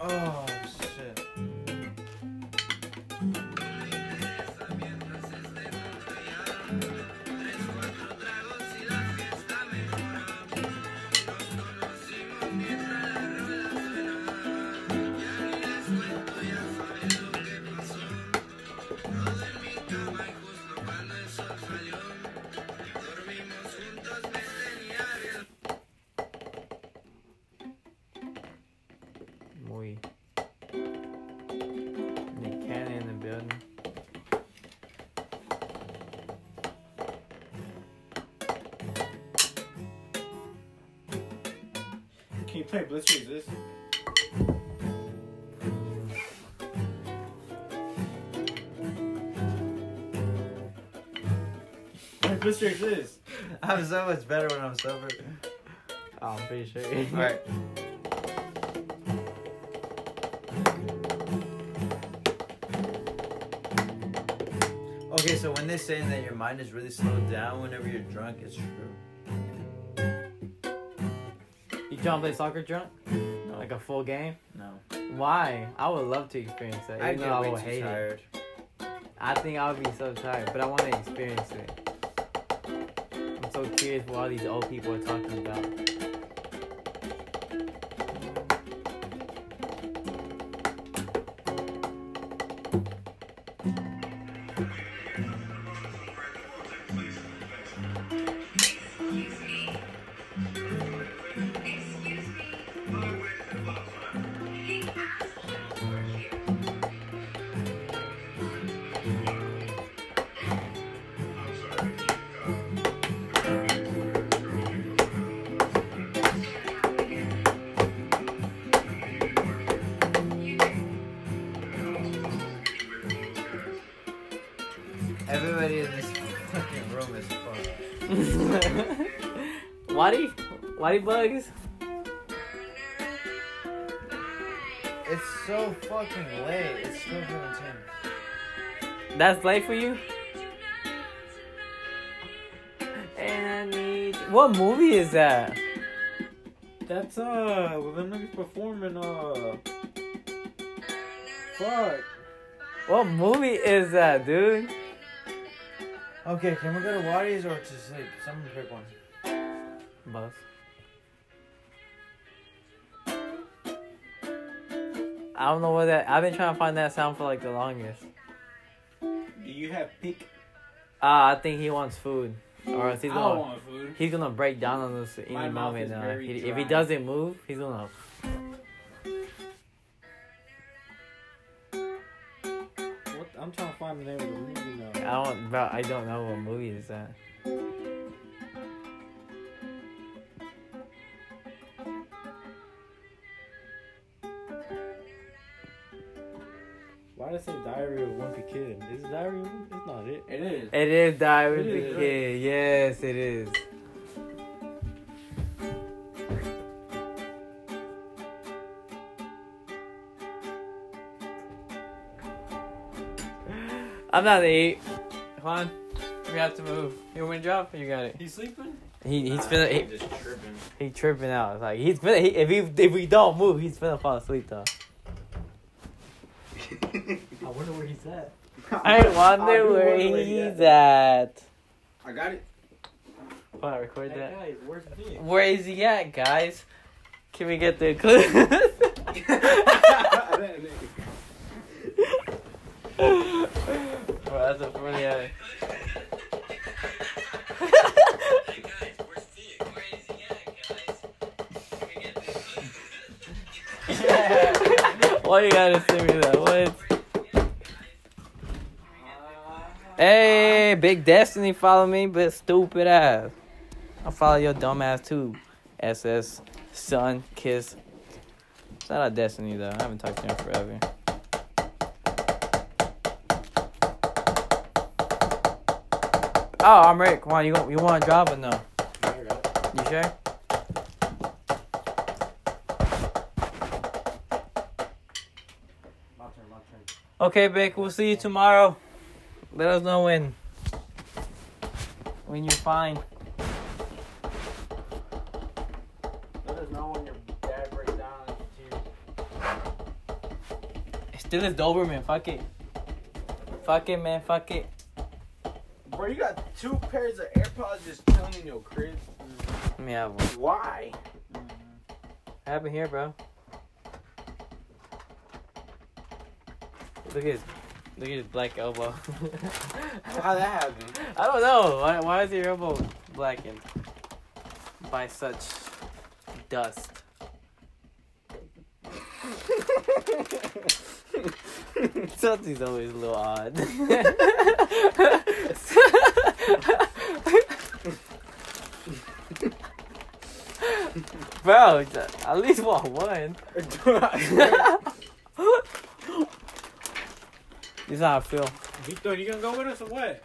[SPEAKER 7] Oh, shit.
[SPEAKER 2] Muy. Nick Cannon in the building.
[SPEAKER 10] Can you play Blitz Resist? Play Blitz Resist.
[SPEAKER 7] I'm so much better when I'm sober.
[SPEAKER 2] Oh, I'm pretty sure.
[SPEAKER 7] Alright. Okay, so when they're saying that your mind is really slowed down whenever you're drunk, it's true.
[SPEAKER 2] You trying to play soccer drunk? Like a full game?
[SPEAKER 7] No.
[SPEAKER 2] Why? I would love to experience that.
[SPEAKER 7] I
[SPEAKER 2] even
[SPEAKER 7] get
[SPEAKER 2] though I
[SPEAKER 7] way
[SPEAKER 2] would
[SPEAKER 7] too
[SPEAKER 2] hate it.
[SPEAKER 7] tired.
[SPEAKER 2] I think I would be so tired, but I want to experience it. I'm so curious what all these old people are talking about.
[SPEAKER 7] Everybody in this fucking room is fucked.
[SPEAKER 2] Waddy? Waddy Bugs?
[SPEAKER 7] It's so fucking late. It's twelve ten.
[SPEAKER 2] That's late for you? And I need. What movie is that?
[SPEAKER 10] That's uh, well, them niggas performing uh. Fuck.
[SPEAKER 2] What movie is that, dude?
[SPEAKER 7] Okay, can we go to Wadi's or to sleep? Someone pick one.
[SPEAKER 2] Both. I don't know what that. I've been trying to find that sound for like the longest.
[SPEAKER 10] Do you have pig?
[SPEAKER 2] Ah, I think he wants food, or else he's
[SPEAKER 10] I don't
[SPEAKER 2] gonna
[SPEAKER 10] want food.
[SPEAKER 2] he's gonna break down on us any
[SPEAKER 10] My mouth
[SPEAKER 2] moment.
[SPEAKER 10] is
[SPEAKER 2] now.
[SPEAKER 10] very
[SPEAKER 2] He- if he
[SPEAKER 10] dry.
[SPEAKER 2] doesn't move, he's gonna.
[SPEAKER 10] What? I'm trying to find the name of the movie now.
[SPEAKER 2] I don't. Bro, I don't know what movie is that.
[SPEAKER 3] Why did I say Diary of a Wimpy Kid? Is it Diary of a Wimpy It's not it.
[SPEAKER 10] It is.
[SPEAKER 2] It is Die with
[SPEAKER 10] It
[SPEAKER 2] the
[SPEAKER 10] is, right?
[SPEAKER 2] Kid. Yes, it is. I'm not the eight. Come on. We have to move. You want me to drop? You got it.
[SPEAKER 3] He's sleeping?
[SPEAKER 2] He he's finna
[SPEAKER 3] He
[SPEAKER 2] he,
[SPEAKER 3] just tripping.
[SPEAKER 2] he tripping out. Like he's finna he, if he if we don't move, he's finna fall asleep though.
[SPEAKER 4] I wonder where he's at.
[SPEAKER 2] I
[SPEAKER 7] I
[SPEAKER 2] wonder
[SPEAKER 7] do
[SPEAKER 2] where
[SPEAKER 7] wonder where he
[SPEAKER 2] he's at.
[SPEAKER 7] I got it.
[SPEAKER 2] Hold on, record that.
[SPEAKER 4] guy is worth being.
[SPEAKER 2] Where is he at, guys? Can we get the clue? Bro, that's a funny eye. Why you gotta sing me that? What? Hey, Big Destiny follow me, but stupid ass. I'll follow your dumb ass too. SS, Sun, Kiss. Shout out Destiny though. I haven't talked to him forever. Oh, I'm Rick. Why you gon- you want to drop or no? You sure?
[SPEAKER 7] My turn, my turn.
[SPEAKER 2] Okay, Vic. We'll see you tomorrow. Let us know when. When you're fine.
[SPEAKER 7] Let us know when your dad breaks down and shoots you.
[SPEAKER 2] Still is Doberman. Fuck it. Fuck it, man. Fuck it.
[SPEAKER 7] Bro, you got two pairs of AirPods just chilling in your crib.
[SPEAKER 2] Let me have one.
[SPEAKER 7] Why?
[SPEAKER 2] What happened here, bro? Look at his, look at his black elbow.
[SPEAKER 7] How that happened?
[SPEAKER 2] I don't know. Why, why is your elbow blackened by such dust? Something's always a little odd. Bro, at least want one. this is how I feel.
[SPEAKER 3] Vito, you gonna go with us or what?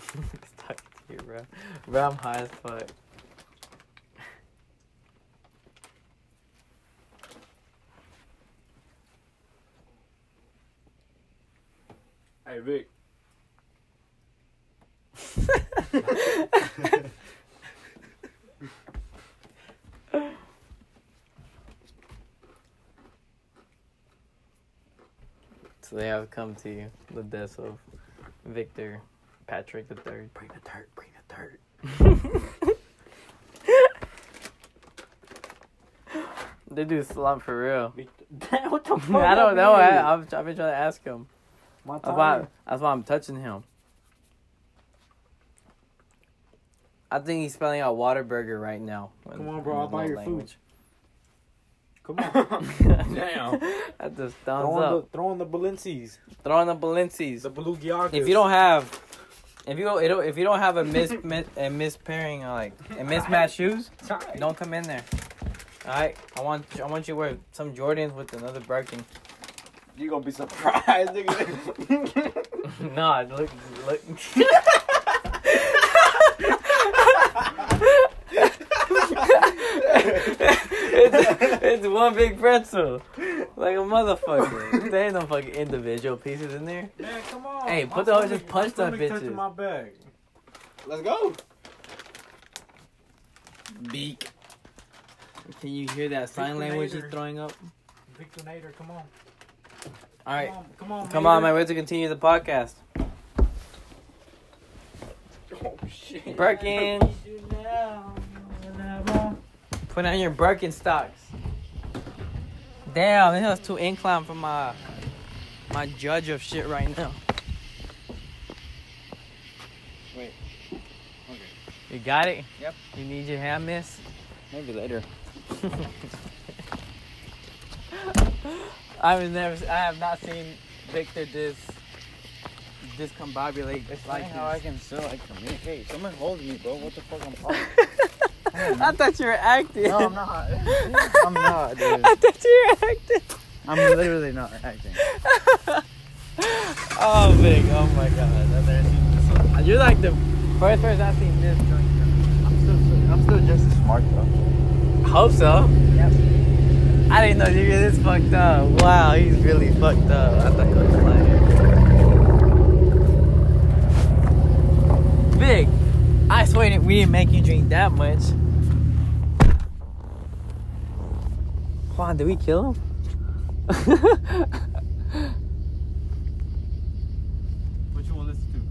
[SPEAKER 2] Stuck here, bro. Bro, I'm high as fuck.
[SPEAKER 7] Hey, Vic.
[SPEAKER 2] So they have come to you, the death of Victor Patrick the Third. Bring the dirt, bring the dirt. they do slump for real.
[SPEAKER 4] what the fuck?
[SPEAKER 2] I don't know.
[SPEAKER 7] eh?
[SPEAKER 2] I, I've, I've been trying to ask him.
[SPEAKER 4] My
[SPEAKER 2] That's why, that's why I'm touching him. I think he's spelling out Waterburger right now.
[SPEAKER 3] Come on, bro, I'll buy your food. Come on.
[SPEAKER 2] food.
[SPEAKER 3] Damn.
[SPEAKER 2] That just thumbs
[SPEAKER 3] Throw on,
[SPEAKER 2] up.
[SPEAKER 3] the, throw on the Balencies.
[SPEAKER 2] Throw on the Balencies.
[SPEAKER 3] The Belugiakas.
[SPEAKER 2] if you don't have if you don't, it don't- if you don't have a mis mi- a mispairing or like a mismatched shoes, don't come in there. All right, I want I want you to wear some Jordans with another Birkin.
[SPEAKER 7] You gonna be surprised, nigga.
[SPEAKER 2] nah, look look. it's, it's one big pretzel, like a motherfucker. there ain't no fucking individual pieces in there.
[SPEAKER 3] Man, come on.
[SPEAKER 2] Hey,
[SPEAKER 3] My
[SPEAKER 2] put the-
[SPEAKER 3] stomach-
[SPEAKER 2] just punch
[SPEAKER 3] my
[SPEAKER 2] that
[SPEAKER 3] stomach
[SPEAKER 2] bitch
[SPEAKER 3] touching
[SPEAKER 2] in.
[SPEAKER 3] my back.
[SPEAKER 7] Let's go.
[SPEAKER 2] Beak. Can you hear that sign language he's
[SPEAKER 3] later.
[SPEAKER 2] throwing up?
[SPEAKER 3] Victor Nader, come on.
[SPEAKER 2] All right.
[SPEAKER 3] Come on,
[SPEAKER 2] Come on, man. We have to continue the podcast.
[SPEAKER 7] Oh shit.
[SPEAKER 2] Birkin. Put on your Birkin stocks. Damn, this is too inclined for my my judge of shit right now.
[SPEAKER 7] Wait. Okay.
[SPEAKER 2] You got it?
[SPEAKER 7] Yep.
[SPEAKER 2] You need your hand, miss?
[SPEAKER 7] Maybe later.
[SPEAKER 2] I've never I have not seen Victor dis discombobulate
[SPEAKER 7] It's like
[SPEAKER 2] like
[SPEAKER 7] how I
[SPEAKER 2] this.
[SPEAKER 7] can still like communicate. Someone holds me, bro. What the fuck? I'm talking.
[SPEAKER 2] I thought you were acting.
[SPEAKER 7] No, I'm not. I'm not, dude.
[SPEAKER 2] I thought you were acting.
[SPEAKER 7] I'm literally not acting.
[SPEAKER 2] Oh, Vic. Oh, my God. I've never seen this one. You're like the first person I've seen this drunk. I'm so
[SPEAKER 4] still just as smart though.
[SPEAKER 2] I hope so.
[SPEAKER 4] Yep.
[SPEAKER 2] I didn't know you were this fucked up. Wow, he's really fucked up. I thought he was lying. Big, I swear we didn't make you drink that much. Juan, did we kill him?
[SPEAKER 4] What you wanna listen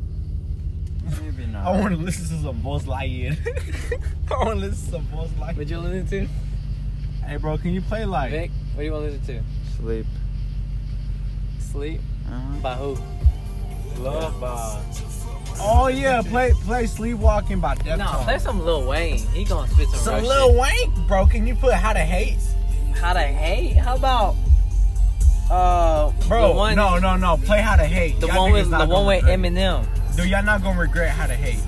[SPEAKER 4] to? Maybe not.
[SPEAKER 7] to listen to some Buzz Lightyear. I want to listen to some Buzz Lightyear.
[SPEAKER 2] what you listen to?
[SPEAKER 7] Hey, bro, can you play like?
[SPEAKER 2] Vic, what do you want to listen
[SPEAKER 7] Oh.
[SPEAKER 4] sleep.
[SPEAKER 2] to? Sleep?
[SPEAKER 4] Uh-huh.
[SPEAKER 2] By who?
[SPEAKER 7] Love Box. Oh yeah, play play Sleepwalking by Deftones.
[SPEAKER 2] No, play some Lil Wayne. He gonna spit some,
[SPEAKER 7] Some
[SPEAKER 2] real
[SPEAKER 7] Lil
[SPEAKER 2] shit.
[SPEAKER 7] Wayne, bro. Can you put How to Hate?
[SPEAKER 2] How to hate? How about uh
[SPEAKER 7] Bro,
[SPEAKER 2] the one,
[SPEAKER 7] no, no, no. Play How to Hate.
[SPEAKER 2] the
[SPEAKER 7] Y'all
[SPEAKER 2] one
[SPEAKER 7] niggas
[SPEAKER 2] with
[SPEAKER 7] not
[SPEAKER 2] the one
[SPEAKER 7] gonna
[SPEAKER 2] with
[SPEAKER 7] regret-
[SPEAKER 2] Eminem.
[SPEAKER 7] Dude, y'all not gonna regret How to Hate.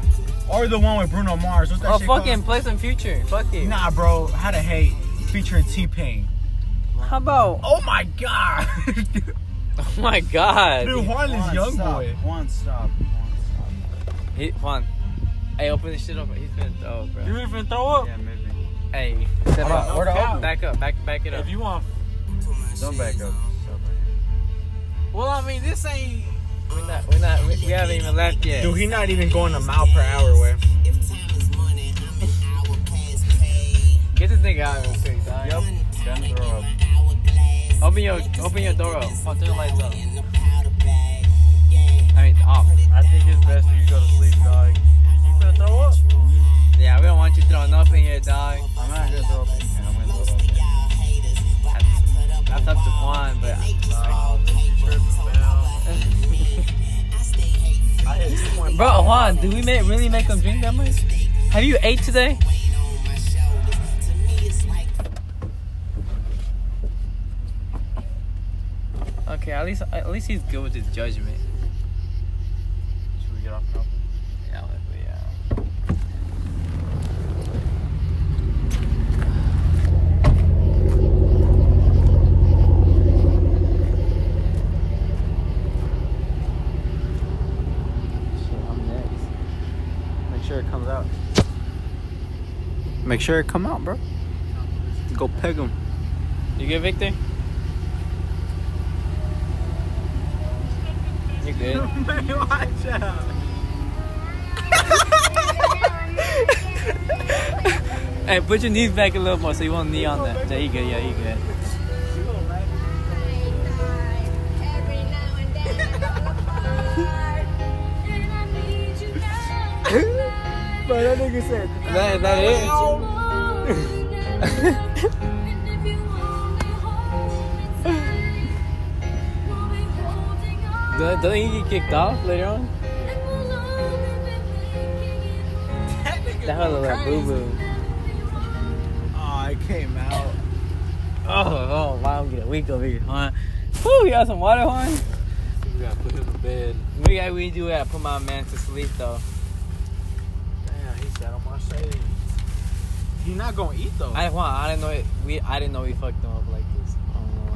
[SPEAKER 7] Or the one with Bruno Mars. What's that
[SPEAKER 2] Oh
[SPEAKER 7] shit
[SPEAKER 2] fucking
[SPEAKER 7] called?
[SPEAKER 2] play some future. Fuck it.
[SPEAKER 7] Nah, bro. How to Hate featuring T Pain.
[SPEAKER 2] How about
[SPEAKER 7] Oh my god.
[SPEAKER 2] Oh my god.
[SPEAKER 7] Dude, Juan is young
[SPEAKER 4] stop.
[SPEAKER 7] boy.
[SPEAKER 4] One stop. One
[SPEAKER 2] He, Juan. Hey, open this shit up. He's gonna throw, bro.
[SPEAKER 7] really finna throw
[SPEAKER 4] stop. Yeah, maybe.
[SPEAKER 2] Hey, step
[SPEAKER 7] up,
[SPEAKER 2] up.
[SPEAKER 7] where the open?
[SPEAKER 2] Back up. Back back it up.
[SPEAKER 7] you want.
[SPEAKER 4] Don't back up. Stop right
[SPEAKER 7] Well, I mean, this ain't.
[SPEAKER 2] We're not. We're not. We, we haven't even left yet.
[SPEAKER 7] Dude, he not even going a mile per hour way.
[SPEAKER 2] Get this nigga out real quick. dog.
[SPEAKER 4] Yup. Then throw up.
[SPEAKER 2] Open your open your door up. Oh, turn the lights up. I mean off.
[SPEAKER 7] I think it's best if you go to sleep, dog. You finna throw up?
[SPEAKER 2] Yeah, we don't want you throwing up in here, dog.
[SPEAKER 4] I'm not gonna throw up in here. I'm gonna throw up. in here.
[SPEAKER 2] That's up to Juan, but Bro, Juan, do we make, really make them drink that much? Have you ate today? Okay, at least at least he's good with his judgment.
[SPEAKER 4] Should we get off now?
[SPEAKER 2] Yeah, but yeah.
[SPEAKER 4] Shit, I'm next. Make sure it comes out. Make sure it come out, bro. Go peg him.
[SPEAKER 2] You good, Victor? You good? hey, put your knees back a little more so you won't knee on that. Yeah, you good? Yeah, you good? That, that is. Don't, don't you get kicked off later on? That hella like boo boo.
[SPEAKER 7] Aw, it came out.
[SPEAKER 2] Oh, oh, wow, I'm getting weak over here, huh? Woo, you got some water, Juan?
[SPEAKER 3] You gotta put him to bed.
[SPEAKER 2] We got, we do gotta put my man to sleep though.
[SPEAKER 7] Damn, he sat on my shades. He not gonna eat though.
[SPEAKER 2] I Juan, I didn't know it, we, I didn't know we fucked him up like this. I don't know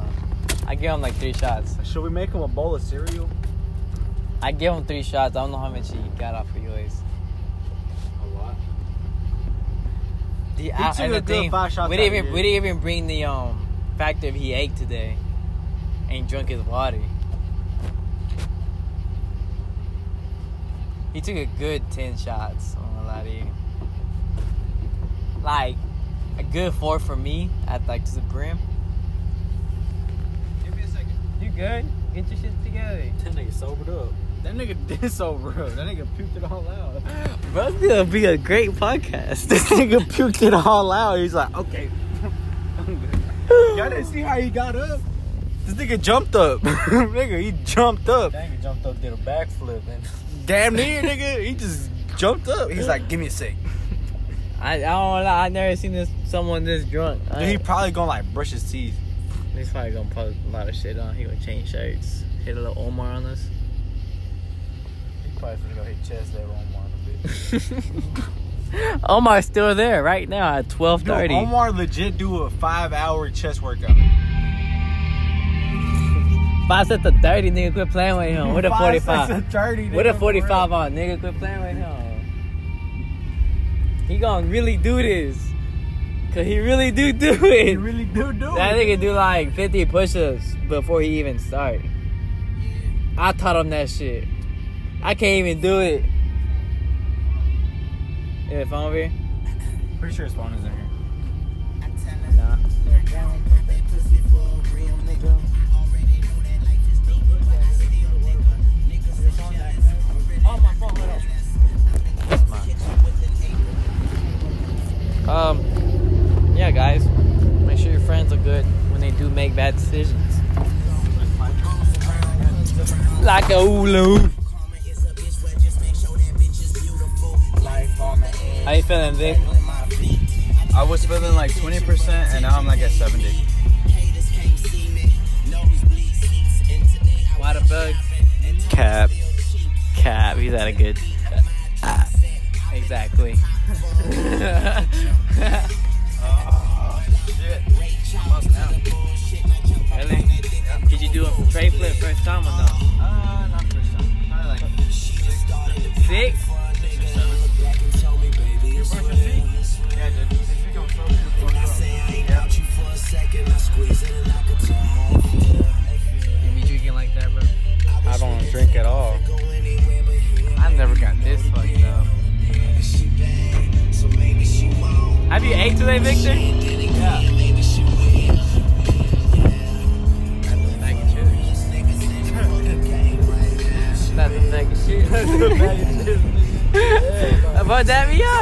[SPEAKER 2] why. I gave him like three shots.
[SPEAKER 7] Should we make him a bowl of cereal?
[SPEAKER 2] I gave him three shots. I don't know how much he got off of yours.
[SPEAKER 3] A lot.
[SPEAKER 2] The, I,
[SPEAKER 7] took
[SPEAKER 2] and
[SPEAKER 7] a
[SPEAKER 2] the
[SPEAKER 7] good
[SPEAKER 2] thing,
[SPEAKER 7] five shots
[SPEAKER 2] we
[SPEAKER 7] out of
[SPEAKER 2] didn't even,
[SPEAKER 7] you.
[SPEAKER 2] we didn't even bring the um factor if he ate today and drunk his water. He took a good ten shots. I'm gonna lie to you. Like a good four for me at like to the brim.
[SPEAKER 7] Give me a second.
[SPEAKER 2] You good? Get your shit together.
[SPEAKER 3] That nigga sobered up.
[SPEAKER 7] That nigga did so, bro. That nigga puked it all out.
[SPEAKER 2] Bro, this gonna be a great podcast. This
[SPEAKER 7] nigga puked it all out. He's like, okay. Y'all didn't see how he got up. This nigga jumped up. nigga, he jumped up.
[SPEAKER 3] That nigga jumped up, did a backflip, and
[SPEAKER 7] Damn near, nigga. He just jumped up. He's like, give me a sec.
[SPEAKER 2] I, I don't know. I never seen this someone this drunk.
[SPEAKER 7] Then he probably gonna like brush his teeth.
[SPEAKER 2] He's probably gonna post a lot of shit on. He gonna change shirts, hit a little Omar on us.
[SPEAKER 3] he probably finna go hit chest that wrong one a bit.
[SPEAKER 2] Omar's still there right now at twelve
[SPEAKER 7] Dude,
[SPEAKER 2] thirty.
[SPEAKER 7] Omar legit do a five hour chest workout.
[SPEAKER 2] Five sets of thirty, nigga. Quit playing with him. With a forty-five.
[SPEAKER 7] Thirty.
[SPEAKER 2] With a forty-five on, nigga. Quit playing with him. He gonna really do this. Cause he really do do it.
[SPEAKER 10] You really do do
[SPEAKER 2] That
[SPEAKER 10] it.
[SPEAKER 2] nigga do like 50 push-ups before he even start. I taught him that shit. I can't even do it. Yeah, phone over here.
[SPEAKER 10] Pretty sure Spawn is in here.
[SPEAKER 2] Nah. Um, yeah, guys, make sure your friends look good when they do make bad decisions. Like a hula How you feeling, Vic?
[SPEAKER 10] I was feeling like 20% and now I'm like at 70.
[SPEAKER 2] Why the bug?
[SPEAKER 10] Cap.
[SPEAKER 2] Cap, he's at a good. exactly. Really? Did you do a tray flip first time or no?
[SPEAKER 10] Uh, not first time. Probably like
[SPEAKER 2] Six?
[SPEAKER 10] Yeah, dude. This week I'm so good. Yeah.
[SPEAKER 2] You be drinking like that, bro?
[SPEAKER 10] I don't drink at all.
[SPEAKER 2] I never got this fucked up. Have you ate today, Victor? Yeah. That's a bag of shit. That's a bag of shit. About that, yo.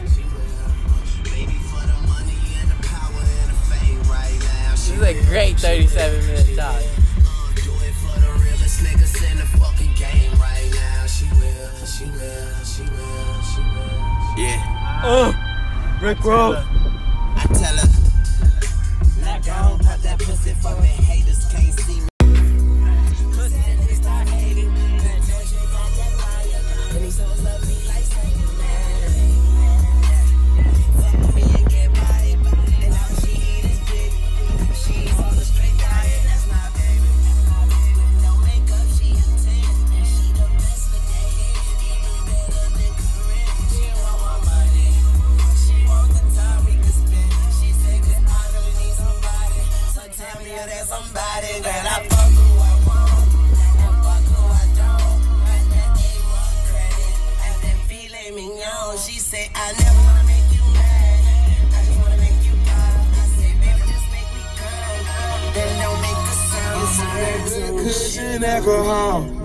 [SPEAKER 2] This is a great 37 minute talk.
[SPEAKER 9] Yeah.
[SPEAKER 10] Rick Roll.
[SPEAKER 9] I tell her. Now go on, pop that pussy for me. Haters can't see me. She said, I never wanna make you mad. I just wanna make you proud. I say, baby, just make me proud. Then don't make a sound. It's a regular cushion alcohol.